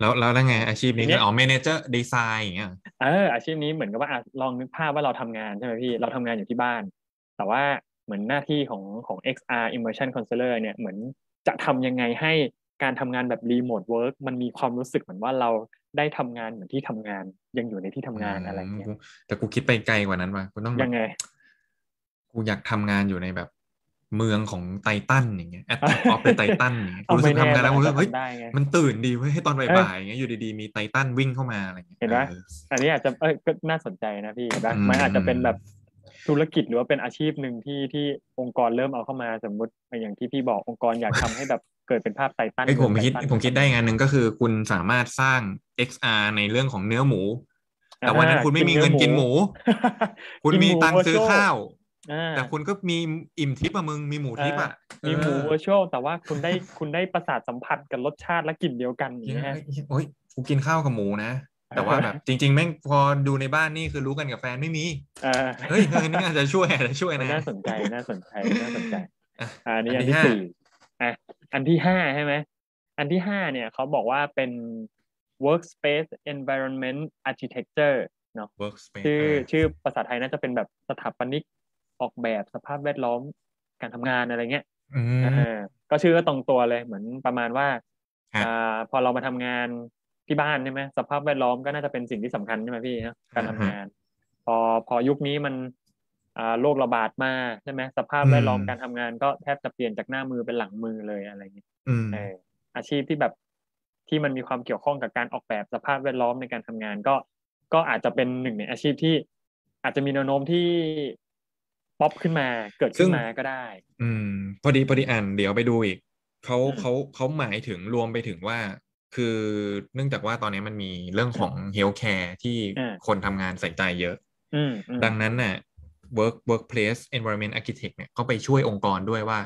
Speaker 2: แล้วแล้วแล้วไงอาชีพนี้
Speaker 3: ที
Speaker 2: คื
Speaker 3: เนี้ย
Speaker 2: ออ๋อเมเนเจอร์ดีไซน์อย่างเงี้ยเหรอ
Speaker 3: เอออาชีพนี้เหมือนกับว่าอ่ะลองนึกภาพว่าเราทำงานใช่ไหมพี่เราทำงานอยู่ที่บ้าน แต่ว่าเหมือนหน้าที่ของของ XR immersion counselor เนี่ยเหมือนจะทำยังไงให้การทำงานแบบรีโมทเวิร์กมันมีความรู้สึกเหมือนว่าเราได้ทำงานเหมือนที่ทำงานยังอยู่ในที่ทำงานอะไรอย่างเงี้ย
Speaker 2: มกูแต่กูคิดไปไกลกว่านั้นว่ะกูต้องแบบ
Speaker 3: ยังไง
Speaker 2: กูอยากทำงานอยู่ในแบบเมืองของไททันอย่างเงี้ยแอตแทกออฟเดอะไททันอย่างเงี้ยกู
Speaker 3: เอา
Speaker 2: รู้
Speaker 3: ไม่
Speaker 2: สึกทำ
Speaker 3: แน่
Speaker 2: งานแล้วกู
Speaker 3: มัน
Speaker 2: รู้
Speaker 3: อาจ
Speaker 2: สึก
Speaker 3: จะ
Speaker 2: เฮ้ย
Speaker 3: ทำได้ไง
Speaker 2: มันตื่นดีเว้ยให้ตอน
Speaker 3: เออ
Speaker 2: บ่ายๆอย่างเงี้ยอยู่ดีๆมีไททันวิ่งเข้ามาอะไรอย่างเงี้ย
Speaker 3: เห็นปะ
Speaker 2: ออ
Speaker 3: อันนี้อาจจะเอ้ยก็น่าสนใจนะพี่เห็นปะ
Speaker 2: อืม
Speaker 3: มันอาจจะเป็นแบบธุรกิจหรือว่าเป็นอาชีพหนึ่งที่ที่องค์กรเริ่มเอาเข้ามาสมมติอย่างที่พี่บอกองค์กรอยากทำให้แบบเกิดเป็นภาพไตตัน
Speaker 2: ไอ้ยผมคิด
Speaker 3: ไตตัน
Speaker 2: ผมคิดได้งานหนึ่งก็คือคุณสามารถสร้าง XR ในเรื่องของเนื้อหมู
Speaker 3: อ่า
Speaker 2: แต่วันนั้นคุณไม่มีเงินกินหมู คุณมีตังค์ซื้อข้าว
Speaker 3: อ่า
Speaker 2: แต่คุณก็มีอิ่มทิปอะมึงมีหมูทิปอะ
Speaker 3: มีหมู
Speaker 2: เอ
Speaker 3: เวอ
Speaker 2: อ
Speaker 3: ร์ชวลแต่ว่าคุณได้คุณได้ประสาทสัมผัสกับรสชาติและกลิ่นเดียวกันอย่างเงี้ยฮะ
Speaker 2: โอ้ยกูกินข้าวกับหมูนะ แต่ว่าแบบจริง ๆ แม่งพอดูในบ้านนี่คือรู้กันกับแฟนไม่มี
Speaker 3: อ่า
Speaker 2: เฮ้ยเออนี่อาจจะช่วยอาจจะช่วยนะ
Speaker 3: น่าสนใจน่าสนใจน่าสนใจ
Speaker 2: อ่ะ
Speaker 3: อันนี้
Speaker 2: อัน
Speaker 3: อัน
Speaker 2: ที่
Speaker 3: ที่
Speaker 2: ห้า
Speaker 3: สี่อ่ะอันที่ห้าใช่ไหม อันที่ห้าเนี่ยเขาบอกว่าเป็น workspace environment architecture เนาะ
Speaker 2: workspace
Speaker 3: ชื่อ
Speaker 2: เ
Speaker 3: ชื่อภาษาไทยน่าจะเป็นแบบสถาปนิกออกแบบสภาพแวดล้อมการทำงานอะไรเงี้ย
Speaker 2: อืม
Speaker 3: เออก็ชื่อก็ตรงตัวเลยเหมือนประมาณว่า
Speaker 2: ฮะ
Speaker 3: อ่า พอเรามาทำงานที่บ้านใช่ไหมสภาพแวดล้อมก็น่าจะเป็นสิ่งที่สำคัญใช่ไหมพี่นะการทำ
Speaker 2: อ่าฮะ
Speaker 3: งาน พอพอยุคนี้มันอ่าโรคระบาดมาใช่ไหมสภาพแวดล้อมการทำงานก็แทบจะเปลี่ยนจากหน้ามือเป็นหลังมือเลยอะไรอย่างเงี้ย
Speaker 2: อืม
Speaker 3: เอออาชีพที่แบบที่มันมีความเกี่ยวข้องกับการออกแบบสภาพแวดล้อมในการทำงานก็ ก็อาจจะเป็นหนึ่งในอาชีพที่ อาจจะมีแนวโน้มที่ป๊อปขึ้นมาเกิดขึ้นมาก็ได้
Speaker 2: อืม พอดีพอดีอ่านเดี๋ยวไปดูอีกเขา
Speaker 3: อืม
Speaker 2: เขาเขาหมายถึงรวมไปถึงว่า คือเนื่องจากว่าตอนนี้มันมีเรื่องของเฮลท์แคร์ที่คนทำงานใส่ใจเยอะ
Speaker 3: อืมอืม
Speaker 2: ดังนั้นน่ะ work workplace environment architect เนี่ยก็ไปช่วยองค์กรด้วยว่า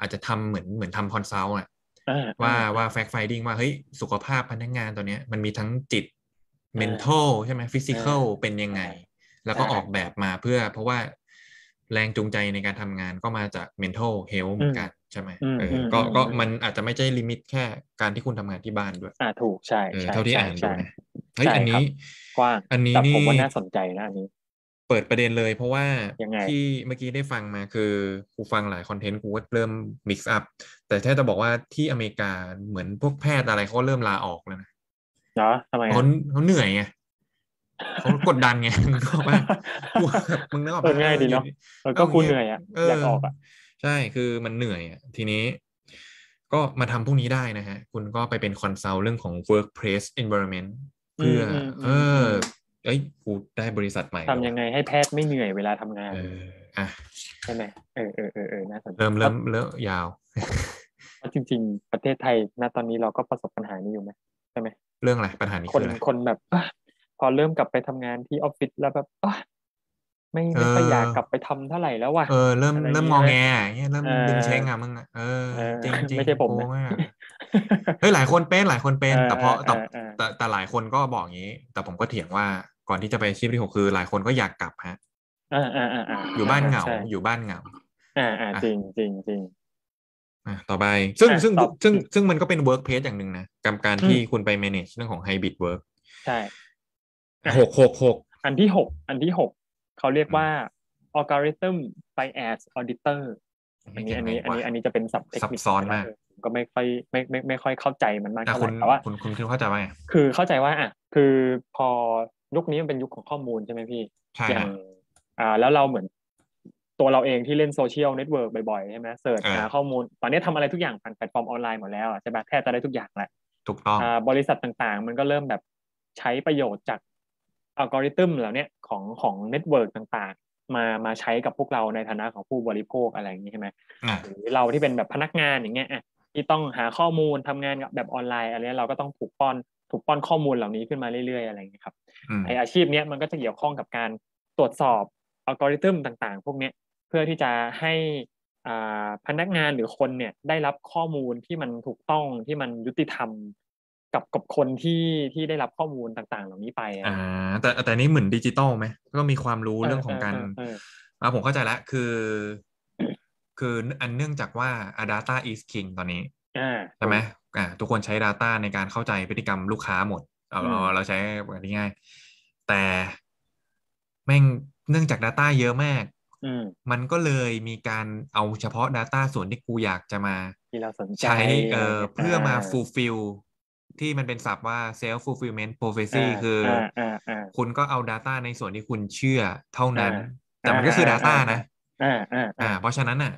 Speaker 2: อาจจะทำเหมือนเหมือนทำคอนซัลท์อ่ะ
Speaker 3: อ่
Speaker 2: ว่า
Speaker 3: อ่
Speaker 2: ว่า fact finding ว่าเฮ้ยสุขภาพพนักงานตัวเนี้ยมันมีทั้งจิต
Speaker 3: อ่า
Speaker 2: mental ใช่ไหม physical เป็นยังไง แล้วก็
Speaker 3: ใช่
Speaker 2: ออกแบบมาเพื่อ เพราะว่าแรงจูงใจในการทำงานก็มาจาก mental health เหมือนกันใช่ไหม
Speaker 3: อืม
Speaker 2: เอออ
Speaker 3: ม
Speaker 2: ก็
Speaker 3: อืม
Speaker 2: ก็มันอาจจะไม่ใช่ลิมิตแค่การที่คุณทำงานที่บ้านด้วย
Speaker 3: อ่าถูกใช่
Speaker 2: เออ
Speaker 3: ใช่
Speaker 2: เท่าที่
Speaker 3: ใช่
Speaker 2: อ่านดู
Speaker 3: ใช่
Speaker 2: นะเฮ้ย
Speaker 3: ใช่
Speaker 2: อัน
Speaker 3: ครั
Speaker 2: นี้
Speaker 3: บกว้าง
Speaker 2: อันนี้
Speaker 3: แต่
Speaker 2: นี่
Speaker 3: ผมว่าน่าสนใจนะอันนี้
Speaker 2: เปิดประเด็นเลยเพราะว่าย
Speaker 3: งไง
Speaker 2: ที่เมื่อกี้ได้ฟังมาคือกูฟังหลายคอนเทนต์กูก็เริ่ม mix up แต่ถ้าจะบอกว่าที่อเมริกาเหมือนพวกแพทย์อะไรเขาเริ่มลาออกแล้วนะ
Speaker 3: เนาะทำไม
Speaker 2: เขา
Speaker 3: อ่ะ
Speaker 2: เขาเหนื่อยไง เขากดดันไงนึกออกปะกูแบบมึงนึกออกปะ
Speaker 3: เออง่ายดีเนอะ แล้วก็กูเหนื่อยอ่ะอยากออกอ่ะ
Speaker 2: ใช่คือมันเหนื่อยอ่ะทีนี้ ก็มาทำพวกนี้ได้นะฮะ คุณก็ไปเป็นคอนซัลท์เรื่องของ workplace environment เพื่ออ
Speaker 3: มอืมอืม
Speaker 2: เออเอ้ยกูได้บริษัทใหม่
Speaker 3: ทำยังไงให้แพทย์ไม่เหนื่อยเวลาทำงาน
Speaker 2: เอออ่ะ
Speaker 3: ใช่ไหมเออเออเออเออน่าสนใจ
Speaker 2: เริ่มเริ่มเริ่มยาว
Speaker 3: เพราะจริง ๆ ประเทศไทยณตอนนี้เราก็ประสบปัญหานี้อยู่ไหมใช่ไหม
Speaker 2: เรื่องอะไรปัญหานี้
Speaker 3: ค
Speaker 2: คื
Speaker 3: น
Speaker 2: ออะไร
Speaker 3: คนแบบ อ่ะพอเริ่มกลับไปทำงานที่ออฟฟิศแล้วแบบอ่ะไม่
Speaker 2: เอ
Speaker 3: ไม่
Speaker 2: อ
Speaker 3: ค่อยอยากกลับไปทำเท่าไหร่แล้วว่ะ
Speaker 2: เออเริ่ม
Speaker 3: อะไรอย่าง
Speaker 2: เริ่ม
Speaker 3: งี้
Speaker 2: งอ
Speaker 3: ใช่
Speaker 2: แง
Speaker 3: ไหม
Speaker 2: อย่างเงี้ยเริ่ม
Speaker 3: เออ
Speaker 2: ดึงเช้งอ่ะมึงอ่ะเออ
Speaker 3: เออ
Speaker 2: จริงจริง
Speaker 3: ไม่ใช่ผมนะ
Speaker 2: โกงาก เฮ้ยหลายคนเป็นหลายคนเป็นแต่พอแต่
Speaker 3: เออเออเออ
Speaker 2: แต่แต่หลายคนก็บอกอย่างนี้ แต่ผมก็เถียงว่าก่อนที่จะไปอาชีพที่หกคือ หลายคนก็อยากกลับฮะ
Speaker 3: อ่าอ่าอ่า
Speaker 2: อยู่บ้านเหงา
Speaker 3: ใช่
Speaker 2: อยู่บ้านเหงา
Speaker 3: อ่าอ่าจริงจริงจริง
Speaker 2: อ่ะต่อไป ซึ่ง
Speaker 3: อ่ะ
Speaker 2: ซึ่ง
Speaker 3: ตอบ
Speaker 2: ซึ่งซึ่งมันก็เป็น work place อย่างหนึ่งนะกับการ
Speaker 3: อืม
Speaker 2: ที่คุณไป manage เรื่องของ hybrid work
Speaker 3: ใช่ อ่ะ
Speaker 2: หกหกหก
Speaker 3: อันที่หกอันที่หกเขาเรียกว่า algorithm bias auditor อันนี้อันนี้อันนี้อันนี้จะเป็นศัพท์เทค
Speaker 2: ซับ
Speaker 3: นิค
Speaker 2: ซ้อนมาก
Speaker 3: ผมก็ไม่ค่อยไม่ไม่ไม่ค่อยเข้าใจมันมาก
Speaker 2: อ่ะ
Speaker 3: เท่าไห
Speaker 2: คุณ
Speaker 3: ร่แต่ว่า
Speaker 2: คุณคุณคิดเข้าใจว่าไง
Speaker 3: คือเข้าใจว่าอ่ะคือพอยุคนี้มันเป็นยุคของข้อมูลใช่ไหมพี่
Speaker 2: ใช่
Speaker 3: อย่าง
Speaker 2: ฮะ
Speaker 3: อ่าแล้วเราเหมือนตัวเราเองที่เล่นโซเชียลเน็ตเวิร์กบ่อยๆใช่ไหมเสิร์ช
Speaker 2: อ่า
Speaker 3: หาข้อมูล ตอนนี้ทำอะไรทุกอย่างผ่านแพลตฟอร์มออนไลน์หมดแล้วอะใช่ไหมแทบจะได้ทุกอย่างแหละ
Speaker 2: ถูกต้อง
Speaker 3: อ่าบริษัทต่างๆ มันก็เริ่มแบบใช้ประโยชน์จากอัลกอริทึมเหล่าเนี้ยของของเน็ตเวิร์กต่างๆ มามาใช้กับพวกเราในฐานะของผู้บริโภคอะไรอย่างนี้ใช่ไหม
Speaker 2: อ่ะ
Speaker 3: หรือเราที่เป็นแบบพนักงานอย่างเงี้ยอ่ะที่ต้องหาข้อมูลทำงานกับแบบออนไลน์อะไรเงี้ยเราก็ต้องถูกป้อนถูกป้อนข้อมูลเหล่านี้ขึ้นมาเรื่อยๆอะไรอย่างเงี้ยครับ
Speaker 2: อืม
Speaker 3: ไออาชีพเนี้ยมันก็จะเกี่ยวข้องกับการตรวจสอบอัลกอริทึมต่างๆ พวกเนี้ยเพื่อที่จะให้อ่าพนักงานหรือคนเนี่ยได้รับข้อมูลที่มันถูกต้องที่มันยุติธรรมกับกับคนที่ที่ได้รับข้อมูลต่างๆ เหล่านี้ไปอะ
Speaker 2: อ่า แต่แต่นี้เหมือนดิจิตอลไหมก็มีความรู้
Speaker 3: เออ
Speaker 2: เรื่องของการ
Speaker 3: เออเออ
Speaker 2: อ่าผมเข้าใจละคือ คืออันเนื่องจากว่า a data is king ตอนนี้
Speaker 3: อ่า
Speaker 2: ใช่ไหมอ่าทุกคนใช้ Data ในการเข้าใจพฤติกรรมลูกค้าหมด เอา
Speaker 3: อืม
Speaker 2: เอาเราใช้แบบนี้ง่าย แต่แม่งเนื่องจาก Data เยอะมาก
Speaker 3: อืม
Speaker 2: มันก็เลยมีการเอาเฉพาะ Data ส่วนที่กูอยากจะมา
Speaker 3: ที่เราสนใจ
Speaker 2: ใช้เอ่อเพื่อมา
Speaker 3: ฟู
Speaker 2: fulfill ที่มันเป็นศัพท์ว่า self fulfillment prophecy คืออา
Speaker 3: อ่าอ่า
Speaker 2: คุณก็เอา Data ในส่วนที่คุณเชื่อเท่านั้น
Speaker 3: อ่า
Speaker 2: แต่มันก็คือ
Speaker 3: อ่า
Speaker 2: Data นะ
Speaker 3: อ่าอ่าอ่า
Speaker 2: อ่า เพราะฉะนั้นอ่ะ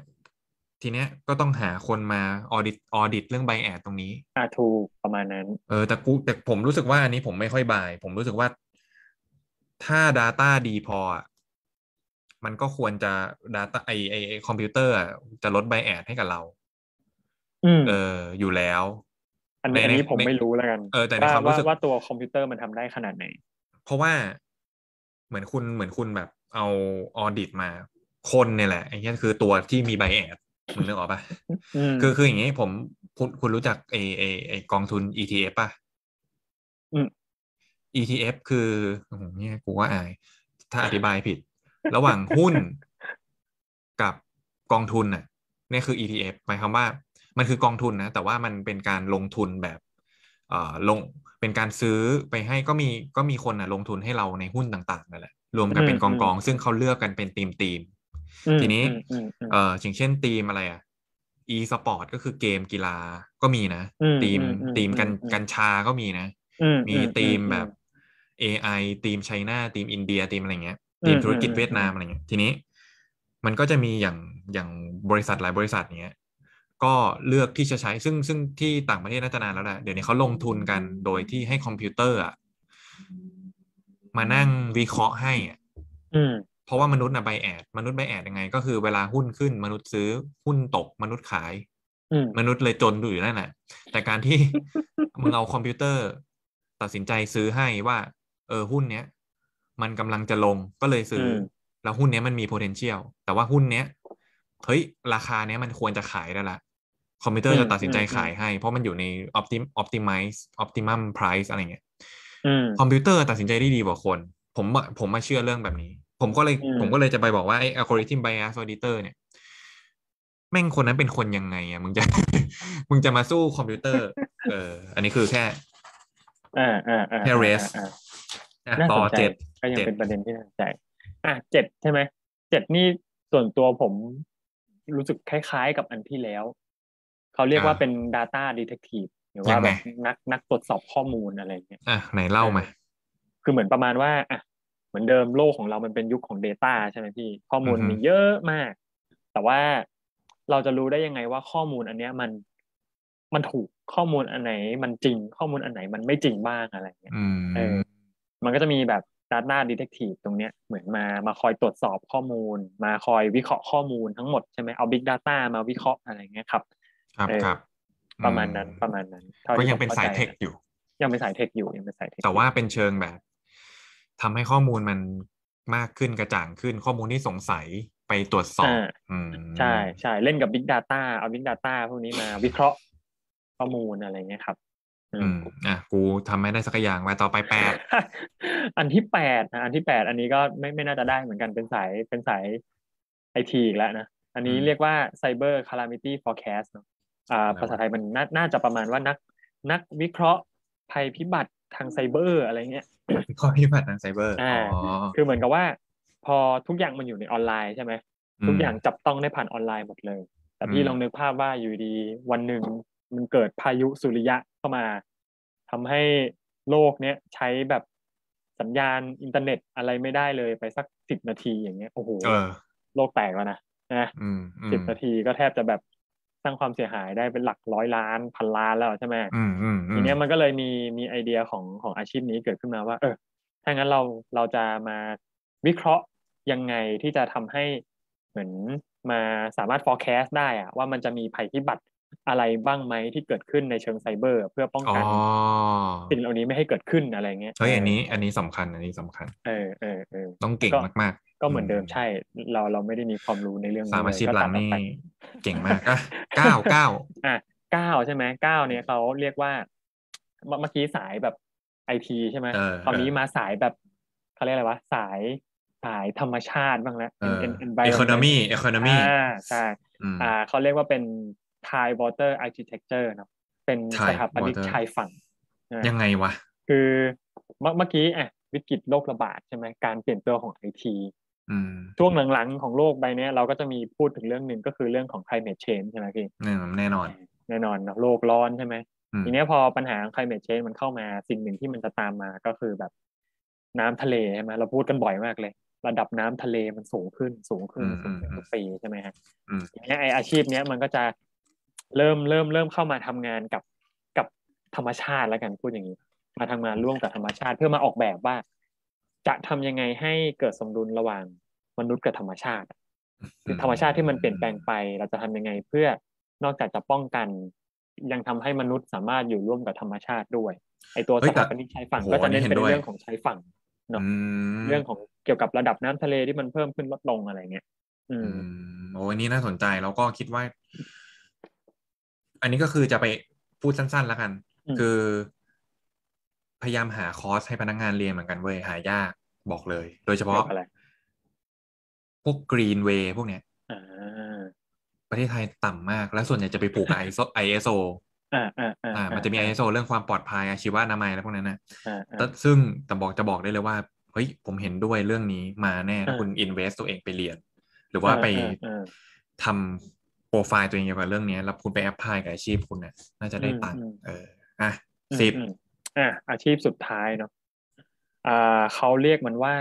Speaker 2: ทีเนี้ยก็ต้องหาคนมา audit audit เรื่อง bias ตรงนี้
Speaker 3: อ่าถูกประมาณนั้น
Speaker 2: เออแต่กูแต่ผมรู้สึกว่าอันนี้ผมไม่ค่อยบาย ผมรู้สึกว่าถ้า Data ดีพออะมันก็ควรจะ Data ไอไอไอคอมพิวเตอร์อะจะลดไบแอดให้กับเรา
Speaker 3: อืม
Speaker 2: เออ อยู่แล้ว
Speaker 3: อันนี้
Speaker 2: ใน
Speaker 3: อันนี้
Speaker 2: ใน
Speaker 3: ผม
Speaker 2: ใน
Speaker 3: ไม่รู้แล้วกัน
Speaker 2: เออแต่ในความรู้สึก
Speaker 3: ว่าตัวคอมพิวเตอร์มันทำได้ขนาดไหน
Speaker 2: เพราะว่าเหมือนคุณเหมือนคุณแบบเอาออดิตมา คนเนี่ยแหละไอ้เนี่ยคือตัวที่มีไบแอดมึงนึกออกปะ
Speaker 3: อืม
Speaker 2: คือคืออย่างนี้ผมคุณคุณรู้จักไอไอไอกองทุน ETF ป่ะ
Speaker 3: อืม
Speaker 2: ETF คือโอ้โหเนี่ยกูว่าอาย ถ้าอธิบายผิด ระหว่างหุ้ นกับกองทุนน่ะเนี่ยคือ ETF หมายความว่า มันคือกองทุนนะ แต่ว่ามันเป็นการลงทุนแบบเอ่อลงเป็นการซื้อไปให้ก็มีก็มีคนน่ะลงทุนให้เราในหุ้นต่างๆนั่นแหละรวมกันเป็นก
Speaker 3: อื
Speaker 2: อง
Speaker 3: ม
Speaker 2: กองๆซึ่งเขาเลือกกันเป็นทีมทีม
Speaker 3: อืม
Speaker 2: ทีนี้
Speaker 3: อืมอืม
Speaker 2: เอ่ออย่างเช่นทีมอะไรอ่ะ e สปอร์ตก็คือเกมกีฬาก็มีนะ
Speaker 3: อืม
Speaker 2: ทีม
Speaker 3: อืมอืม
Speaker 2: ทีมกัน
Speaker 3: อืม
Speaker 2: กัญชาก็มีนะ
Speaker 3: อืม
Speaker 2: มี
Speaker 3: อื
Speaker 2: ทีม
Speaker 3: อื
Speaker 2: แบบ AI ทีมไชน่าทีมอินเดียทีมอะไรเงี้ย
Speaker 3: อืม
Speaker 2: ทีมธุรกิจ
Speaker 3: อืม
Speaker 2: เวียดนาม
Speaker 3: อืม
Speaker 2: อะไรเงี้ยทีนี้มันก็จะมีอย่างอย่างบริษัทหลายบริษัทเนี้ยก็เลือกที่จะใช้ซึ่งซึ่งที่ต่างประเทศน่าจะนานแล้วแหละเดี๋ยวนี้เขาลงทุนกันโดยที่ให้คอมพิวเตอร์อะมานั่งวิเคราะห์ให้อะ
Speaker 3: อืม
Speaker 2: เพราะว่ามนุษย์นะไบแอดมนุษย์ไบแอดยังไง ก็คือเวลาหุ้นขึ้น มนุษย์ซื้อหุ้นตกมนุษย์ขาย
Speaker 3: อืม
Speaker 2: มนุษย์เลยจนอยู่นั่นแหละ แต่การที่ มึงเอาคอมพิวเตอร์ ตัดสินใจซื้อให้ว่า เออหุ้นเนี้ย มันกำลังจะลงก็เลยซื้ออแล้วหุ้นเนี้ยมันมี potential แต่ว่าหุ้นเนี้ยเฮ้ย ราคาเนี้ยมันควรจะขายได้ละ คอมพิวเตอร์จะตัดสินใจขายให้ เพราะมันอยู่ใน optim optimize optimum price อะไรเงี้ย
Speaker 3: อืม
Speaker 2: คอมพิวเตอร์ตัดสินใจได้ดีกว่าคน ผมอะผมมาเชื่อเรื่องแบบนี้ ผมก็เลย
Speaker 3: อืม
Speaker 2: ผมก็เลยจะไปบอกว่าไอ้ algorithm bias auditor เนี่ย แม่งคนนั้นเป็นคนยังไงอะมึงจะ มึงจะมาสู้คอมพิวเตอร์ เออ อันนี้คือแค่
Speaker 3: อ่าอ่าอ่า
Speaker 2: แค่ race
Speaker 3: อ่าอ่า
Speaker 2: อ่ะ
Speaker 3: น่า
Speaker 2: ต่
Speaker 3: ส
Speaker 2: อน
Speaker 3: ใจ
Speaker 2: เจ็ด
Speaker 3: ก็ยัง
Speaker 2: เจ็ด
Speaker 3: เป็นประเด็นที่น่าสนใจ อ่ะเจ็ดใช่ไหมเจ็ดนี่ส่วนตัวผมรู้สึกคล้ายๆกับอันที่แล้ว เขาเรียกว่าเป็น Data Detective หรือว่าแบบนักนักตรวจสอบข้อมูลอะไรเงี้ย
Speaker 2: อ่ะไหนเล่ามา
Speaker 3: คือเหมือนประมาณว่าอ่ะเหมือนเดิมโลกของเรามันเป็นยุคของ Data ใช่ไหมพี่ ข้อมูล
Speaker 2: อือฮึ
Speaker 3: มีเยอะมาก แต่ว่าเราจะรู้ได้ยังไงว่าข้อมูลอันเนี้ยมันมันถูกข้อมูลอันไหน มันจริงข้อมูลอันไหนมันไม่จริงบ้างอะไรเงี้ย
Speaker 2: อืม
Speaker 3: เออ มันก็จะมีแบบ Data Detective ตรงเนี้ยเหมือนมามาคอยตรวจสอบข้อมูล มาคอยวิเคราะห์ข้อมูลทั้งหมดใช่ไหมเอา Big Data มาวิเคราะห์อะไรเงี้ยครับ
Speaker 2: ครับ
Speaker 3: เออ
Speaker 2: ครับ
Speaker 3: ประมาณนั้น
Speaker 2: อื
Speaker 3: ประมาณนั้นท่
Speaker 2: ก็
Speaker 3: ที่
Speaker 2: ยังเป็น
Speaker 3: ผม
Speaker 2: สาย
Speaker 3: ข้ใจ
Speaker 2: เทคอยู่
Speaker 3: ยังเป็นสายเทคอยู่ยังเป็นสายเทคอยู่
Speaker 2: แต่ว่าเป็นเชิงแบบทำให้ข้อมูลมันมากขึ้นกระจ่างขึ้นข้อมูลที่สงสัยไปตรวจสอบ
Speaker 3: า
Speaker 2: อืม
Speaker 3: ใช่ใช่เล่นกับ Big Data เอา Big Data พวกนี้มาวิเคราะห์ข้อมูลอะไรเงี้ยครับอื
Speaker 2: อื
Speaker 3: ม
Speaker 2: มอ่ะกูทำไม่ได้สักอย่างไว้ต่อไปแปด
Speaker 3: อันที่แปดนะอันที่แปดอันนี้ก็ไม่ไม่น่าจะได้เหมือนกันเป็นสายเป็นสายไอทีอีกแล้วนะ อันนี้เรียกว่า Cyber Calamity Forecast เนอะอ่าภาษาไทยมันน่าน่าจะประมาณว่านักนักวิเคราะห์ภัยพิบัติทางไซเบอร์อะไรเงี้ย
Speaker 2: ข้อพิบัติทางไซเบอร์
Speaker 3: อ่า
Speaker 2: อ๋อ
Speaker 3: คือเหมือนกับว่า พอทุกอย่างมันอยู่ในออนไลน์ใช่ไหม ทุกอย่าง
Speaker 2: ม
Speaker 3: จับต้องได้ผ่านออนไลน์หมดเลย แต่
Speaker 2: อื
Speaker 3: พี่
Speaker 2: ม
Speaker 3: ลองนึกภาพว่าอยู่ดีๆวันหนึ่งมันเกิดพายุสุริยะเข้ามาทำให้โลกเนี้ยใช้แบบสัญญาณอินเทอร์เน็ตอะไรไม่ได้เลยไปสักสิบนาทีอย่างเงี้ยโอ้โห
Speaker 2: เออ
Speaker 3: โลกแตกแล้วนะนะ
Speaker 2: อืมอืม
Speaker 3: สิบนาทีก็แทบจะแบบสร้างความเสียหายได้เป็นหลักร้อยล้านพันล้านแล้วใช่ไหม
Speaker 2: อืมอืมอืม
Speaker 3: ทีเนี้ยมันก็เลยมีมีไอเดียของของอาชีพนี้เกิดขึ้นมาว่า เออถ้างั้นเราเราจะมาวิเคราะห์ยังไงที่จะทำให้เหมือนมาสามารถ forecast ได้อะว่ามันจะมีภัยพิบัติอะไรบ้างไหมที่เกิดขึ้นในเชิงไซเบอร์ เพื่อป้อง
Speaker 2: อ๋อ
Speaker 3: กันสิ่งเหล่านี้ไม่ให้เกิดขึ้นอะไรเงี้ย
Speaker 2: เฮ้ยอันนี้ อันนี้สำคัญอันนี้สำคัญ
Speaker 3: เออเออเออ
Speaker 2: ต้องเก่ง
Speaker 3: ก็
Speaker 2: มากๆ
Speaker 3: ก็เหมือนเดิมใช่ เราเราไม่ได้มีความรู้ในเรื่องนี้
Speaker 2: สามอาชีพ
Speaker 3: เย
Speaker 2: ห
Speaker 3: ก็
Speaker 2: ลั
Speaker 3: ตั
Speaker 2: ง
Speaker 3: ดออ
Speaker 2: นี่
Speaker 3: ไป
Speaker 2: เก่งมากอ่ะเก้าเก้า
Speaker 3: อ่ะเก้าใช่ไหมเก้าเนี่ยเขาเรียกว่าเมื่อเมื่อกี้สายแบบไอทีใช่ไหม
Speaker 2: เออ
Speaker 3: คราวนี้มาสายแบบเขาเรียกอะไรวะสายสายธรรมชาติบ้างแล้ว
Speaker 2: เออ
Speaker 3: en- environment
Speaker 2: economy economy
Speaker 3: อ่าใช่
Speaker 2: อืม
Speaker 3: อ่าเขาเรียกว่าเป็น Thai Water Architecture เนอะเป็น
Speaker 2: Thai
Speaker 3: สถาปนิก
Speaker 2: Water
Speaker 3: ชายฝั่งอ่ะ
Speaker 2: ยังไงวะ
Speaker 3: คือเมื่อเมื่อกี้อ่ะวิกฤตโรคระบาดใช่ไหมการเปลี่ยนตัวของไอที
Speaker 2: อืม
Speaker 3: ช่วงหลังๆของโลกใบเนี้ยเราก็จะมีพูดถึงเรื่องหนึ่งก็คือเรื่องของ climate change ใช่ไหมพี่
Speaker 2: แน่นอนแน่นอน
Speaker 3: แน่นอนเนอะโลกร้อนใช่ไหม
Speaker 2: อืม
Speaker 3: ทีเนี้ยพอปัญหา climate change มันเข้ามาสิ่งหนึ่งที่มันจะตามมาก็คือแบบน้ำทะเลใช่ไหมเราพูดกันบ่อยมากเลย ระดับน้ำทะเลมันสูงขึ้นสูงขึ้น
Speaker 2: อืม
Speaker 3: สูงขึ้น
Speaker 2: อืม
Speaker 3: ทุกปีใช่ไหมฮะ
Speaker 2: อืม
Speaker 3: ทีเนี้ยไออาชีพเนี้ยมันก็จะเริ่มเริ่มเริ่มเข้ามาทำงานกับกับธรรมชาติแล้วกันพูดอย่างนี้ มาทำงานร่วมกับธรรมชาติเพื่อมาออกแบบว่า จะทำยังไงให้เกิดสมดุลระหว่างมนุษย์กับธรรมชาติ คือธรรมชาติที่มันเปลี่ยนแปลงไป เราจะทำยังไงเพื่อนอกจากจะป้องกัน ยังทำให้มนุษย์สามารถอยู่ร่วมกับธรรมชาติด้วย ไอตัว
Speaker 2: เฮ้
Speaker 3: ส
Speaker 2: ยแต่
Speaker 3: ถาปนิกชายฝั่ง
Speaker 2: โอ้โหอั
Speaker 3: ก็จะ
Speaker 2: นนี้
Speaker 3: เน้น
Speaker 2: เห็น
Speaker 3: เป็น
Speaker 2: ด้วย
Speaker 3: เรื่องของชายฝั่ง เนอะ
Speaker 2: อืม
Speaker 3: เรื่องของเกี่ยวกับระดับน้ำทะเลที่มันเพิ่มขึ้นลดลงอะไรเงี้ยอื
Speaker 2: อื
Speaker 3: ม
Speaker 2: มโอ้อันนี้น่าสนใจแล้วก็คิดว่า อันนี้ก็คือจะไปพูดสั้นๆแล้วกัน
Speaker 3: อืม
Speaker 2: คือ พยายามหาคอร์สให้พนักงานเรียนเหมือนกันเว้ยหายากบอกเลย โดยเฉ
Speaker 3: เกี่ย
Speaker 2: พาะ
Speaker 3: วกับอะไร
Speaker 2: พวกกรีนเวย์พวกเนี้ย
Speaker 3: อ่า
Speaker 2: ประเทศไทยต่ำมาก และส่วนใหญ่จะไปผู กกับ ISO ISO
Speaker 3: อ่าอ่าอ่า
Speaker 2: อ่า มันจะมี ISO เรื่องความปลอดภัยอาชีวะอนามัยอะไรพวกนั้นนะ
Speaker 3: อ่า
Speaker 2: แต่
Speaker 3: อ่า
Speaker 2: ซึ่งแต่บอกจะบอกได้เลยว่าเฮ้ยผมเห็นด้วยเรื่องนี้มาแน่ถ้า
Speaker 3: อ่า
Speaker 2: คุณ invest ตัวเองไปเรียน หรือว่า
Speaker 3: อ่า
Speaker 2: ไป
Speaker 3: อ่า
Speaker 2: ทำโปรไฟล์ตัวเองเกี่ยวกับเรื่องนี้แล้วคุณไปแอพพลายกับอาชีพคุณเนี่ยน่าจะได้ตังค์เอออ่ะสิบ
Speaker 3: อืมอืมอ่ะอาชีพสุดท้ายเนาะอ่าเขาเรียกมันว่า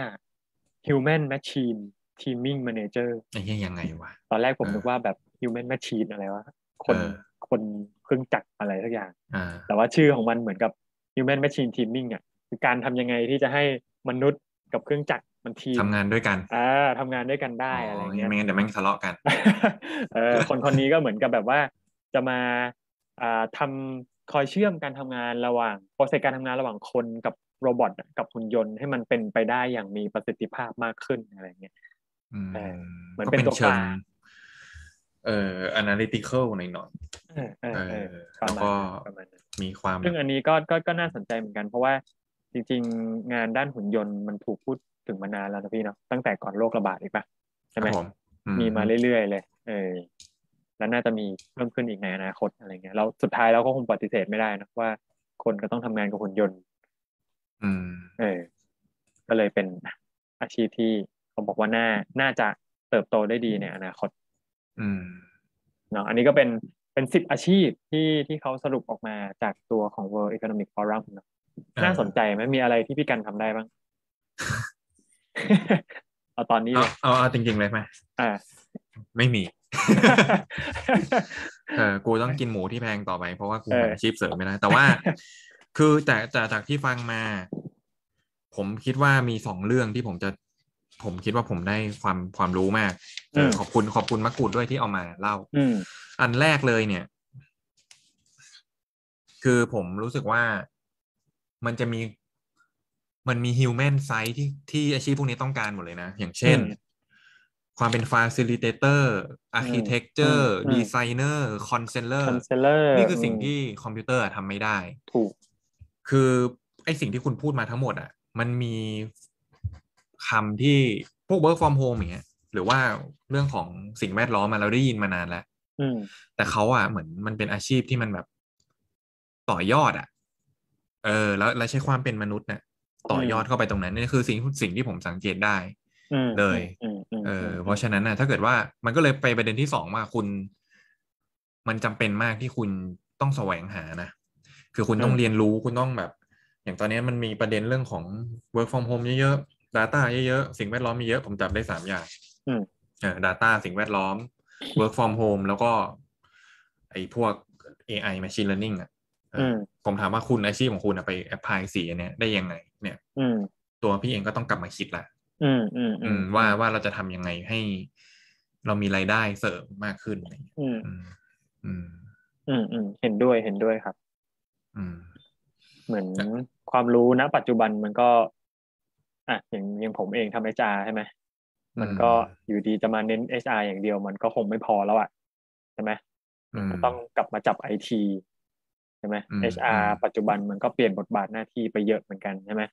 Speaker 3: human machine teaming manager
Speaker 2: ไอ้เหี้ยยังไงวะ
Speaker 3: ตอนแรกผม
Speaker 2: เออ
Speaker 3: นึกว่าแบบ human machine อะไรวะคน
Speaker 2: เออ
Speaker 3: คนเครื่องจักรอะไรสักอย่าง
Speaker 2: อ่า
Speaker 3: แต่ว่าชื่อของมันเหมือนกับ human machine teaming อ่ะคือการทำยังไงที่จะให้มนุษย์กับเครื่องจักรมันทีม
Speaker 2: ทำงานด้วยกัน
Speaker 3: อ่าทำงานด้วยกันได้อะไรเงี้ย
Speaker 2: ไม่งั้นเดี๋ยวแม่งทะเลาะกัน
Speaker 3: เออคนคนนี้ก็เหมือนกับแบบว่าจะมาอ่าทำคอยเชื่อมการทำงานระหว่างโปรเซสการทำงานระหว่างคนกับโรบอทอะกับหุ่นยนต์ให้มันเป็นไปได้อย่างมีประสิทธิภาพมากขึ้นอะไรเงี้ย
Speaker 2: อืม
Speaker 3: เออเหมือน
Speaker 2: ก็
Speaker 3: เป็น
Speaker 2: เป็น
Speaker 3: ตัว
Speaker 2: เชิ
Speaker 3: ก
Speaker 2: ง
Speaker 3: ลาง
Speaker 2: เอ่อ analytical หน่อยหน่อยๆ
Speaker 3: เออเออเออ
Speaker 2: เออ
Speaker 3: ประ
Speaker 2: แล้ว
Speaker 3: มา
Speaker 2: ก็
Speaker 3: ณนั้นประมาณนั้น
Speaker 2: มีความ
Speaker 3: ซึ่งอันนี้ก็ก็ก็น่าสนใจเหมือนกันเพราะว่าจริงๆ งานด้านหุ่นยนต์มันถูกพูดถึงมานานแล้วนะพี่เนาะตั้งแต่ก่อนโรคระบาดอีกปะใช่ไหม
Speaker 2: ครับผมอื
Speaker 3: มีมาเรื่อยๆเลย เออแล้วน่าจะมีเพิ่มขึ้นอีกในอนาคตอะไรเงี้ยแล้วสุดท้ายเราก็คงปฏิเสธไม่ได้นะว่า คนก็ต้องทำงานกับหุ่นยนต์
Speaker 2: อืม
Speaker 3: เออ ก็เลยเป็นอาชีพที่เขาบอกว่าน่าน่าจะเติบโตได้ดีในอนาคต
Speaker 2: อืม
Speaker 3: เนาะอันนี้ก็เป็นเป็นสิบอาชีพที่ที่เขาสรุปออกมาจากตัวของ World Economic Forum เนอะ
Speaker 2: เออ
Speaker 3: น่าสนใจไหมมีอะไรที่พี่กันทำได้ บ้าง เอาตอนนี้เล
Speaker 2: เอา
Speaker 3: ย
Speaker 2: เอาเอาจริงๆเลยไหม
Speaker 3: อ่า
Speaker 2: ไม่มี เออกูต้องกินหมูที่แพงต่อไปเพราะว่ากู
Speaker 3: เออ
Speaker 2: หาอาชีพเสริมไม่ได้ แต่ว่า คือจากจากจากที่ฟังมา ผมคิดว่ามีสองเรื่องที่ผมจะ ผมคิดว่าผมได้ความความรู้มากเออ
Speaker 3: ม
Speaker 2: ขอบคุณขอบคุณมะกรูดด้วยที่เอามาเล่า
Speaker 3: อืม
Speaker 2: อันแรกเลยเนี่ย คือผมรู้สึกว่ามันจะมีมันมีฮิวแมนไซต์ที่ที่อาชีพพวกนี้ต้องการหมดเลยนะ อย่างเช่น
Speaker 3: อืม
Speaker 2: ความเป็น Facilitator Architecture
Speaker 3: อืมอืม
Speaker 2: Designer Counselor
Speaker 3: คอนเซลเลอร์
Speaker 2: นี่คือสิ่งที่คอมพิวเตอร์ทำไม่ได้
Speaker 3: ถูก
Speaker 2: คือไอสิ่งที่คุณพูดมาทั้งหมดอ่ะ มันมีคำที่พวก work from home อย่างเงี้ยหรือว่าเรื่องของสิ่งแวดล้อมมาเราได้ยินมานานแล้ว
Speaker 3: อืม
Speaker 2: แต่เขาอ่ะเหมือนมันเป็นอาชีพที่มันแบบต่อยอดอ่ะ เออ แล้วแล้วใช้ความเป็นมนุษย์น่ะ ต่อยอดเข้าไปตรงนั้นนี่คือสิ่งสิ่งที่ผมสังเกตได้
Speaker 3: อืม
Speaker 2: เลย
Speaker 3: อืมอืม
Speaker 2: เออ
Speaker 3: ม
Speaker 2: เพราะฉะนั้นนะถ้าเกิดว่ามันก็เลยไปประเด็นที่สองว่าคุณ มันจำเป็นมากที่คุณต้องแสวงหานะ คือคุณต้องเรียนรู้คุณต้องแบบ อย่างตอนนี้มันมีประเด็นเรื่องของ work from home เยอะๆ data เยอะๆ สิ่งแวดล้อมมีเยอะผมจับได้สามอย่าง
Speaker 3: อืม
Speaker 2: เออ data สิ่งแวดล้อม work from home แล้วก็ ไอ้พวก AI machine learning อ่ะเอออ
Speaker 3: อืม
Speaker 2: ผมถามว่าคุณอาชีพของคุณอะไป apply สีอันเนี้ยได้ยังไง เนี่ย
Speaker 3: อืม
Speaker 2: ตัวพี่เองก็ต้องกลับมาคิดละ
Speaker 3: อืมอืม
Speaker 2: อืมว่าว่าเราจะทำยังไงให้เรามีรายได้เสริมมากขึ้นอะไรอย่างเงี้ย
Speaker 3: อืม
Speaker 2: อืม อืม
Speaker 3: อืมอืมเห็นด้วยเห็นด้วยครับ
Speaker 2: อืม
Speaker 3: เหมือน
Speaker 2: ครับ
Speaker 3: ความรู้นะ ปัจจุบันมันก็อ่ะอย่างอย่างผมเองทำเอชอาใช่ไหมมันก็อยู่ดีจะมาเน้นเอชอาอย่างเดียว มันก็คงไม่พอแล้วอ่ะใช่ไหม
Speaker 2: ม
Speaker 3: ก็ต้องกลับมาจับไอทีใช่ไหม
Speaker 2: อืม
Speaker 3: เอชอา
Speaker 2: อืม
Speaker 3: ปัจจุบันมันก็เปลี่ยนบทบาทหน้าที่ไปเยอะเหมือนกันใช่ไหม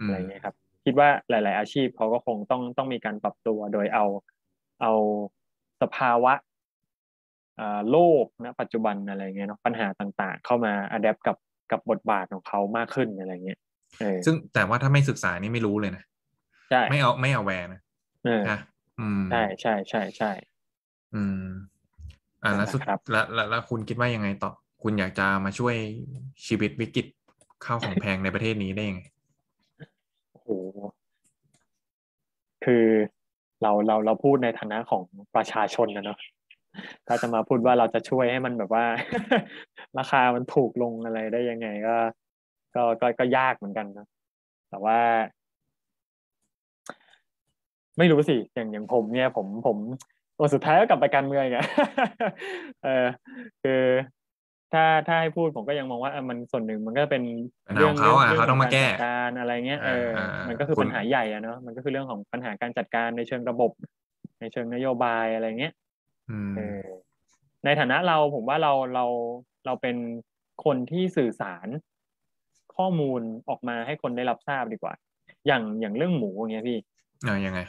Speaker 2: อืม
Speaker 3: อะไรเงี้ยครับคิดว่าหลาย ๆ อาชีพเขาก็คงต้องต้องมีการปรับตัวโดยเอาเอาสภาวะเอ่อโลกนะปัจจุบันอะไรเงี้ยเนาะปัญหาต่าง ๆ เข้ามาอัดแอปกับกับบทบาทของเขามากขึ้นอะไรเงี้ยเออ
Speaker 2: ซึ่งแต่ว่าถ้าไม่ศึกษานี่ไม่รู้เลยนะ
Speaker 3: ใช่
Speaker 2: ไม่เอาไม่เอาแวร์นะ
Speaker 3: เออ
Speaker 2: นะอืม
Speaker 3: ใช่ใช่ใช่ใช่
Speaker 2: อืม อ่าแล้วสุด
Speaker 3: นะครับ
Speaker 2: แล้วแล้วแล้วคุณคิดว่ายังไงต่อ คุณอยากจะมาช่วยชีวิตวิกฤตข้าวของแพงในประเทศนี้ได้ยังไง
Speaker 3: โอ้โหคือเราเราเราพูดในฐานะของประชาชนนะเนาะถ้าจะมาพูดว่าเราจะช่วยให้มันแบบว่า ราคามันถูกลงอะไรได้ยังไงก็ ก็ก็ก็ยากเหมือนกันนะแต่ว่า ไม่รู้สิอย่างอย่างผมเนี่ย ผมผมโอ้สุดท้ายก็กลับไปการเมืองอีกอะ เออคือถ้าถ้าให้พูดผมก็ยังมองว่าเออมันส่วนหนึ่งมันก็เป็น
Speaker 2: ปัญหาของเขาอะ
Speaker 3: รื่
Speaker 2: เขาต้องมาแก้
Speaker 3: รจัดการอะไรเงี้ยเออ
Speaker 2: เออเออ
Speaker 3: มันก็คือ
Speaker 2: คุณ
Speaker 3: ปัญหาใหญ่อะเนาะมันก็คือเรื่องของปัญหาการจัดการในเชิงระบบ ในเชิงนโยบายอะไรเงี้ย
Speaker 2: อืม
Speaker 3: เออในฐานะเราผมว่าเราเราเราเป็นคนที่สื่อสารข้อมูลออกมาให้คนได้รับทราบดีกว่า อย่างอย่างเรื่องหมูอย่างเงี้ยพี่
Speaker 2: เอายังไง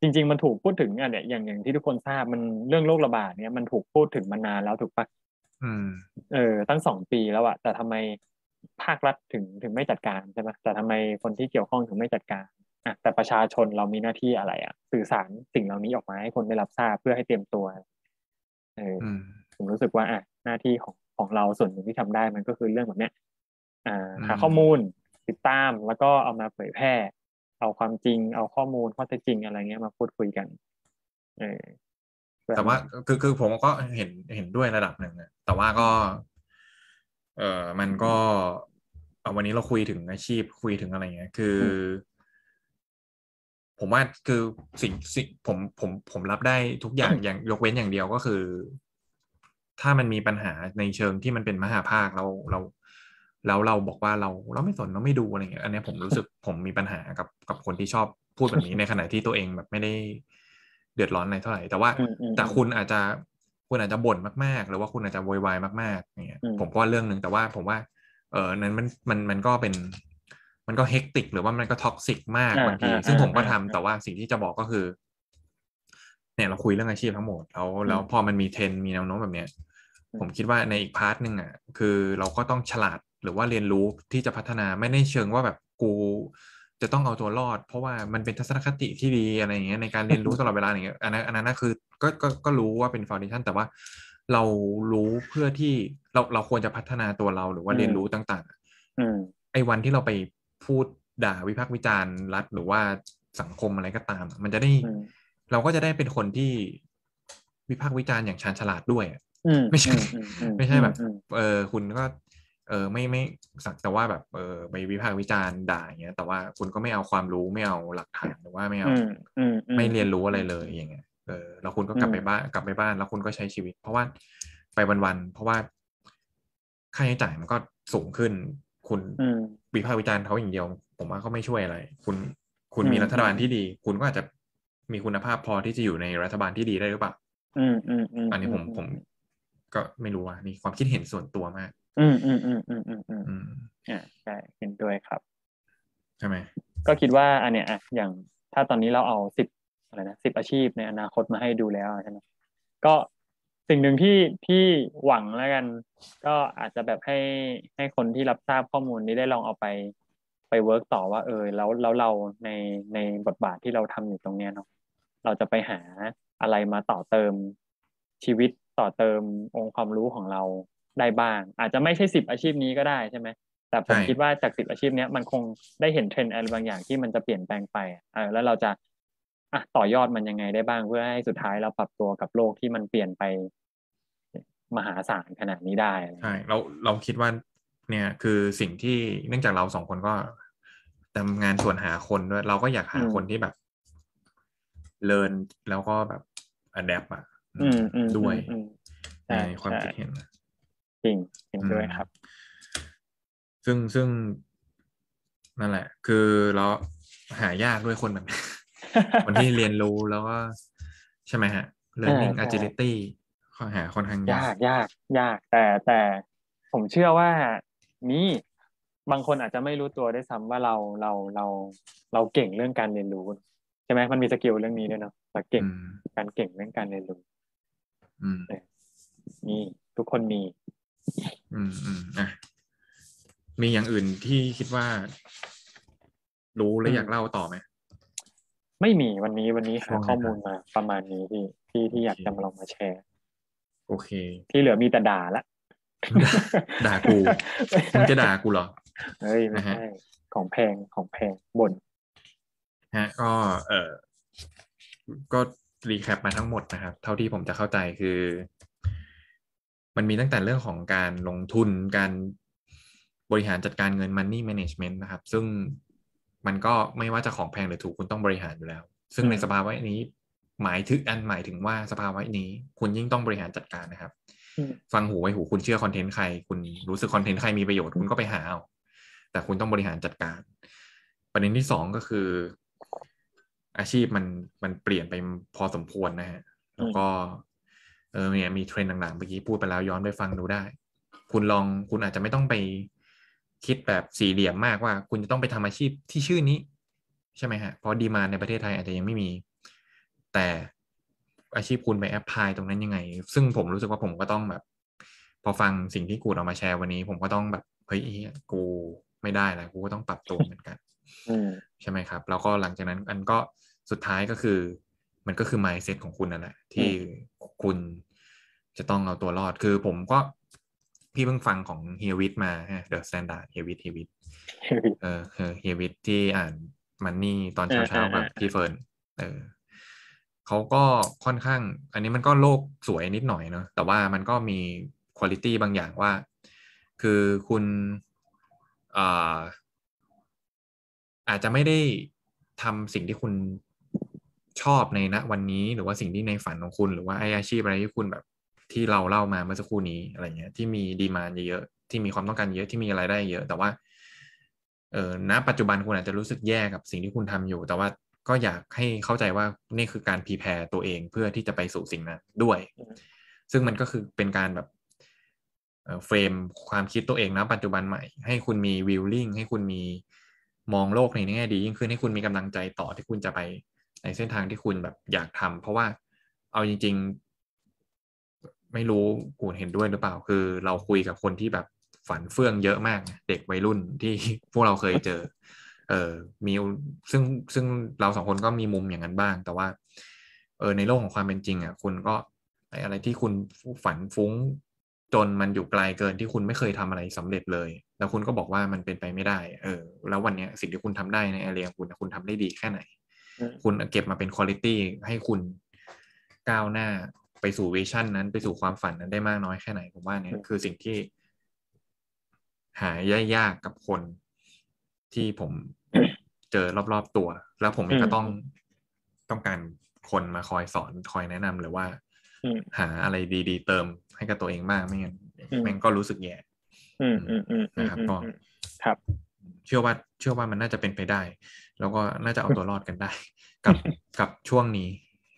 Speaker 3: จริง ๆ มันถูกพูดถึงอ่ะเนี่ยอย่างอย่างที่ทุกคนทราบมันเรื่องโรคระบาดเนี่ยมันถูกพูดถึงมานานแล้วถูกปะ
Speaker 2: อืม
Speaker 3: เออตั้งสองปีแล้วอะแต่ทำไมภาครัฐถึงถึงไม่จัดการใช่ปะแต่ทำไมคนที่เกี่ยวข้องถึงไม่จัดการอ่ะแต่ประชาชนเรามีหน้าที่อะไรอะสื่อสารสิ่งเหล่านี้ออกมาให้คนได้รับทราบเพื่อให้เตรียมตัวเออ
Speaker 2: อืม
Speaker 3: ผมรู้สึกว่าอ่ะหน้าที่ของของเราส่วนหนึ่งที่ทำได้มันก็คือเรื่องแบบเนี้ยอ่า
Speaker 2: อืม
Speaker 3: หาข้อมูลติดตามแล้วก็เอามาเผยแพร่ เอาความจริง เอาข้อมูลข้อเท็จจริงอะไรเงี้ยมาพูดคุยกันเออ
Speaker 2: แต่ว่าคือคือผมก็เห็นเห็นด้วยระดับหนึ่งอะแต่ว่าก็ เออมันก็เอาวันนี้เราคุยถึงอาชีพคุยถึงอะไรเงี้ย คืออผมว่าคือสิ่งสิ่งผมผมผมรับได้ทุกอย่าง อย่างยกเว้นอย่างเดียวก็คือ ถ้ามันมีปัญหาในเชิงที่มันเป็นมหาภาคเราเราแล้วเราบอกว่าเราเราไม่สนเราไม่ดูอะไรเงี้ยอันเนี้ยผมรู้สึ กผมมีปัญหากับกับคนที่ชอบพูดแบบนี้ในขณะที่ตัวเองแบบไม่ได้เดือดร้อนอะไรเท่าไหร่แต่ว่า
Speaker 3: อืมอืม
Speaker 2: แต่คุณอาจจะคุณอาจจะบ่นมากๆ หรือว่าคุณอาจจะโวยวายมากๆเนี่ย
Speaker 3: อืม
Speaker 2: ผมก็ว่าเรื่องหนึ่งแต่ว่าผมว่า เออนั้นมันมันมันก็เป็น มันก็เฮกติก หรือว่ามันก็ท็อกซิกมาก
Speaker 3: อ่า
Speaker 2: บางที
Speaker 3: อ่า
Speaker 2: ซึ่งผมก็
Speaker 3: อ่า
Speaker 2: ทำ
Speaker 3: อ่า
Speaker 2: แต่ว่าสิ่งที่จะบอกก็คือ เนี่ยเราคุยเรื่องอาชีพทั้งหมดแล้วแล้ว
Speaker 3: อืม
Speaker 2: พอมันมีเทรนด์มีแนวโน้มแบบเนี้ย
Speaker 3: อืม
Speaker 2: ผมคิดว่าในอีกพาร์ทหนึ่งอ่ะ คือเราก็ต้องฉลาดหรือว่าเรียนรู้ที่จะพัฒนาไม่ได้เชิงว่าแบบกูจะต้องเอาตัวรอด เพราะว่ามันเป็นทัศนคติที่ดีอะไรอย่างเงี้ยในการเรียนรู้ตลอดเวลาอย่างเงี้ยอันนั้นอันนั้นน่ะคือก็ก็ก็รู้ว่าเป็นฟ u n เดชั o นแต่ว่าเรารู้เพื่อที่เราเราควรจะพัฒนาตัวเราหรือว่าเรียนรู้ต่าง ๆ
Speaker 3: อืม
Speaker 2: ไอ้วันที่เราไปพูดด่าวิพากษ์วิจารณ์รัฐหรือว่าสังคมอะไรก็ตามอะมันจะได้
Speaker 3: อืม
Speaker 2: เราก็จะได้เป็นคนที่วิพากษ์วิจารณ์อย่างชาญฉลาดด้วยอะ
Speaker 3: อื
Speaker 2: ไม่ใช่
Speaker 3: อือื
Speaker 2: ไม่ใช่แบบ
Speaker 3: อืม
Speaker 2: เออคุณก็ เออไม่ไม่สักแต่ว่าแบบเออไปวิพากษ์วิจารณ์ด่าอย่างเงี้ย แต่ว่าคุณก็ไม่เอาความรู้ไม่เอาหลักฐานหรือว่าไม่เอา
Speaker 3: อืมอืมอืม
Speaker 2: ไม่เรียนรู้อะไรเลยอย่างเงี้ย เออ แล้วคุณก็กลับ
Speaker 3: อืม
Speaker 2: ไปบ้านกลับไปบ้าน แล้วคุณก็ใช้ชีวิต เพราะว่าไปวันๆ เพราะว่าค่าใช้จ่ายมันก็สูงขึ้น คุณ
Speaker 3: อืม
Speaker 2: วิพากษ์วิจารณ์เขาอย่างเดียว ผมว่าเขาไม่ช่วยอะไร คุณคุณ
Speaker 3: อืม
Speaker 2: มีรัฐบาลที่ดี คุณก็อาจจะมีคุณภาพพอที่จะอยู่ในรัฐบาลที่ดีได้หรือเปล่า
Speaker 3: อืมอืมอืม
Speaker 2: อันนี้ผมผม ก็ไม่รู้ว่านี่ความคิดเห็นส่วนตัวมาก
Speaker 3: อืมอืมอืมอืมอืมอืม
Speaker 2: อืม
Speaker 3: อ่าใช่เห็นด้วยครับ
Speaker 2: ใช่ไหม
Speaker 3: ก็คิดว่าอันเนี้ยอ่ะอย่างถ้าตอนนี้เราเอาสิบอะไรนะสิบอาชีพในอนาคตมาให้ดูแล้วใช่ไหมก็สิ่งหนึ่งที่ที่หวังแล้วกัน ก็อาจจะแบบให้ให้คนที่รับทราบข้อมูลนี้ได้ลองเอาไปไปเวิร์กต่อว่า เออ แล้วแล้วเราในในบทบาทที่เราทำอยู่ตรงเนี้ยเนาะเราจะไปหาอะไรมาต่อเติมชีวิตต่อเติมองค์ความรู้ของเราได้บ้าง อาจจะไม่ใช่สิบอาชีพนี้ก็ได้ใช่ไหม แต่ผมคิดว่าจากสิบอาชีพเนี้ยมันคงได้เห็นเทรนด์อะไรบางอย่างที่มันจะเปลี่ยนแปลงไปอะเออแล้วเราจะอ่ะต่อยอดมันยังไงได้บ้างเพื่อให้สุดท้ายเราปรับตัวกับโลกที่มันเปลี่ยนไปมหาศาลขนาดนี้ได้อะไรอย่าง
Speaker 2: ใช่
Speaker 3: เงี้ย
Speaker 2: เราเราคิดว่า เนี่ยคือสิ่งที่เนื่องจากเราสองคนก็ทำงานส่วนหาคนด้วย เราก็อยากหาคนที่แบบเรียนแล้วก็แบบอัดแอปอะ
Speaker 3: อืมอืมอืม
Speaker 2: ด้วย
Speaker 3: อืม
Speaker 2: ใน
Speaker 3: ใช่
Speaker 2: ความ
Speaker 3: ใช่
Speaker 2: คิดเห็นนะ
Speaker 3: จริงเห็นด้วยครับ
Speaker 2: ซึ่งซึ่งนั่นแหละ คือเราหายากด้วยคนแบบนี้ คนที่เรียนรู้แล้วก็ใช่ไหมฮะ learning
Speaker 3: ใช่
Speaker 2: agility ข้อหาค่อนข้างยาย
Speaker 3: าก
Speaker 2: ก
Speaker 3: ยากยากแต่แต่ผมเชื่อว่านี่บางคนอาจจะไม่รู้ตัวด้วยซ้ำว่าเราเราเราเราเก่งเรื่องการเรียนรู้ใช่ไหมมันมีสกิลเรื่องนี้ด้วยเนาะแต่เก่ง
Speaker 2: อืม
Speaker 3: การเก่งเรื่องการเรียนรู้
Speaker 2: อืม
Speaker 3: มีทุกคนมี
Speaker 2: อืมอืมอ่ะมีอย่างอื่นที่คิดว่า รู้และ
Speaker 3: อืม
Speaker 2: อยากเล่าต่อไหม
Speaker 3: ไม่มีวันนี้วันนี้
Speaker 2: ใช่
Speaker 3: หาข้อมูลมาประมาณนี้ที่ที่ที่อยาก
Speaker 2: โอเค
Speaker 3: จะมาลองมาแชร์
Speaker 2: โอเค
Speaker 3: ที่เหลือมีแต่ด่า ละ
Speaker 2: ด่าด่ากู มึงจะด่ากูเหรอ
Speaker 3: เฮ้ยไม่ใช่ของแพงของแพงบ่น
Speaker 2: ฮะ ก็ เออก็รีแคปมาทั้งหมดนะครับ เท่าที่ผมจะเข้าใจคือ มันมีตั้งแต่เรื่องของการลงทุนการบริหารจัดการเงิน Money Management นะครับ ซึ่งมันก็ไม่ว่าจะของแพงหรือถูกคุณต้องบริหารอยู่แล้ว ซึ่งในสภาวะนี้ หมายถึงอันหมายถึงว่าสภาวะนี้ คุณยิ่งต้องบริหารจัดการนะครับ
Speaker 3: อืม
Speaker 2: ฟังหูไว้หูคุณเชื่อคอนเทนต์ใคร คุณรู้สึกคอนเทนต์ใครมีประโยชน์คุณก็ไปหาเอาแต่คุณต้องบริหารจัดการ ประเด็นที่สองก็คือ อาชีพมันมันเปลี่ยนไปพอสมควรนะฮะแล้วก็เออเนี่ยมีเทรนด์ต่างๆเมื่อกี้พูดไปแล้วย้อนไปฟังดูได้ คุณลองคุณอาจจะไม่ต้องไปคิดแบบสี่เหลี่ยมมากว่า คุณจะต้องไปทำอาชีพที่ชื่อนี้ ใช่ไหมฮะเพราะดีมานในประเทศไทยอาจจะยังไม่มี แต่อาชีพคุณไปแอพพลายตรงนั้นยังไง ซึ่งผมรู้สึกว่าผมก็ต้องแบบ พอฟังสิ่งที่กูเอามาแชร์วันนี้ ผมก็ต้องแบบเฮ้ยเหี้ยกูไม่ได้แล้วกูก็ต้องปรับตัวเหมือนกัน
Speaker 3: อืม
Speaker 2: ใช่ไหมครับ แล้วก็หลังจากนั้นอันก็สุดท้ายก็คือ มันก็คือ mindset ของคุณนั่นแหละ ที่คุณจะต้องเอาตัวรอดคือผมก็พี่เพิ่งฟังของเฮียวิทมาฮะ The Standard เฮียวิทเฮียวิท เออเออเฮียวิทที่อ่านมันนี่ตอนเช้า
Speaker 3: อ่า
Speaker 2: เช้า
Speaker 3: อ่า
Speaker 2: กับพี่เฟิร์นเออเขาก็ค่อนข้าง อันนี้มันก็โลกสวยนิดหน่อยเนาะแต่ว่ามันก็มีคุณลิตี้บางอย่างว่า คือคุณอ่าอาจจะไม่ได้ทำสิ่งที่คุณชอบในณวันนี้ หรือว่าสิ่งที่ในฝันของคุณ หรือว่าไออาชีพอะไรที่คุณแบบที่เราเล่ามาเมื่อสักครู่นี้อะไรเงี้ยที่มีดีมานเยอะๆที่มีความต้องการเยอะที่มีรายได้เยอะ แต่ว่า เออณปัจจุบันคุณอาจจะรู้สึกแย่กับสิ่งที่คุณทำอยู่ แต่ว่าก็อยากให้เข้าใจว่านี่คือการพรีแพร์ตัวเองเพื่อที่จะไปสู่สิ่งนั้นด้วย ซึ่งมันก็คือเป็นการแบบเอ่อเฟรมความคิดตัวเองนะปัจจุบันใหม่ ให้คุณมีวิวลิ่งให้คุณมีมองโลกในแง่ดี ยิ่งขึ้นให้คุณมีกำลังใจต่อที่คุณจะไปในเส้นทางที่คุณแบบอยากทำเพราะว่าเอาจริง ๆ ไม่รู้กูเห็นด้วยหรือเปล่าคือ เราคุยกับคนที่แบบฝันเฟื่องเยอะมากนะเด็กวัยรุ่นที่ พวกเราเคยเจอ เออมีซึ่งซึ่งเราสองคนก็มีมุมอย่างนั้นบ้าง แต่ว่า เออในโลกของความเป็นจริงอ่ะคุณก็ไอ้อะไรที่คุณฝันฟุ้งจนมันอยู่ไกลเกินที่คุณไม่เคยทำอะไรสำเร็จเลย แล้วคุณก็บอกว่ามันเป็นไปไม่ได้ เออ แล้ววันเนี้ยสิ่งที่คุณทำได้ในแอเรียคุณน่ะคุณทำได้ดีแค่ไหน
Speaker 3: อืม
Speaker 2: คุณเก็บมาเป็นคุณ i t y ให้คุณก้าวหน้าไปสู่วิชั่นนั้นไปสู่ความฝันนั้นได้มากน้อยแค่ไหนผมว่าเนี่ยคือสิ่งที่ หายยากๆกับคนที่ผม เจอรอบๆตัว แล้วผมเองก็ต้องต้องการคนมาคอยสอนคอยแนะนำหรือว่า
Speaker 3: อืม
Speaker 2: หาอะไรดีๆ เติมให้กับตัวเองมากไม่งั้น
Speaker 3: อืม
Speaker 2: แม่งก็รู้สึกแย่
Speaker 3: อืมอืมอืมอืม
Speaker 2: นะครับก็
Speaker 3: อืมครับ
Speaker 2: เชื่อว่าเชื่อว่ามันน่าจะเป็นไปได้ แล้วก็น่าจะเอาตัวรอด กันได้ กับกับช่วงนี้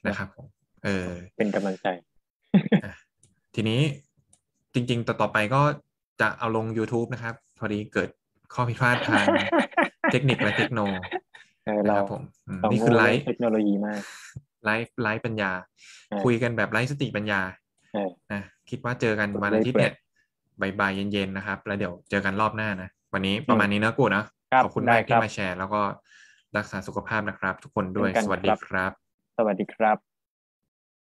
Speaker 2: นะครับผมเออ
Speaker 3: เป็นกำลังใจ
Speaker 2: ทีนี้จริงๆ ต่อต่อไปก็จะเอาลง YouTube นะครับ พอดีเกิดข้อผิดพลาดทาง เทคนิคและเทคโน
Speaker 3: เออ
Speaker 2: นะ
Speaker 3: เรา
Speaker 2: ครับผมอืม
Speaker 3: เรา
Speaker 2: นี่คือไล
Speaker 3: โง่
Speaker 2: ฟ์
Speaker 3: เรื่องเทคโนโลยีมาก
Speaker 2: ไลฟ์ไลฟ์ปัญญา
Speaker 3: เออ
Speaker 2: คุยกันแบบไลฟ์สติปัญญา
Speaker 3: เออ
Speaker 2: นะคิดว่าเจอกันวันอาทิตย์เนี่ยบ่ายๆเย็นๆนะครับ แล้วเดี๋ยวเจอกันรอบหน้านะ วันนี้ประมาณนี้เนอะกูเนอะ
Speaker 3: ครับ
Speaker 2: ขอบคุณ
Speaker 3: ได้
Speaker 2: มาก
Speaker 3: ครั
Speaker 2: ที่
Speaker 3: บ
Speaker 2: มาแชร์ แล้วก็รักษาสุขภาพนะครับ ทุกคนด้วย
Speaker 3: เหมือนกัน
Speaker 2: สวัสดี
Speaker 3: ครับ
Speaker 2: ครับ
Speaker 3: สวัสดีครับ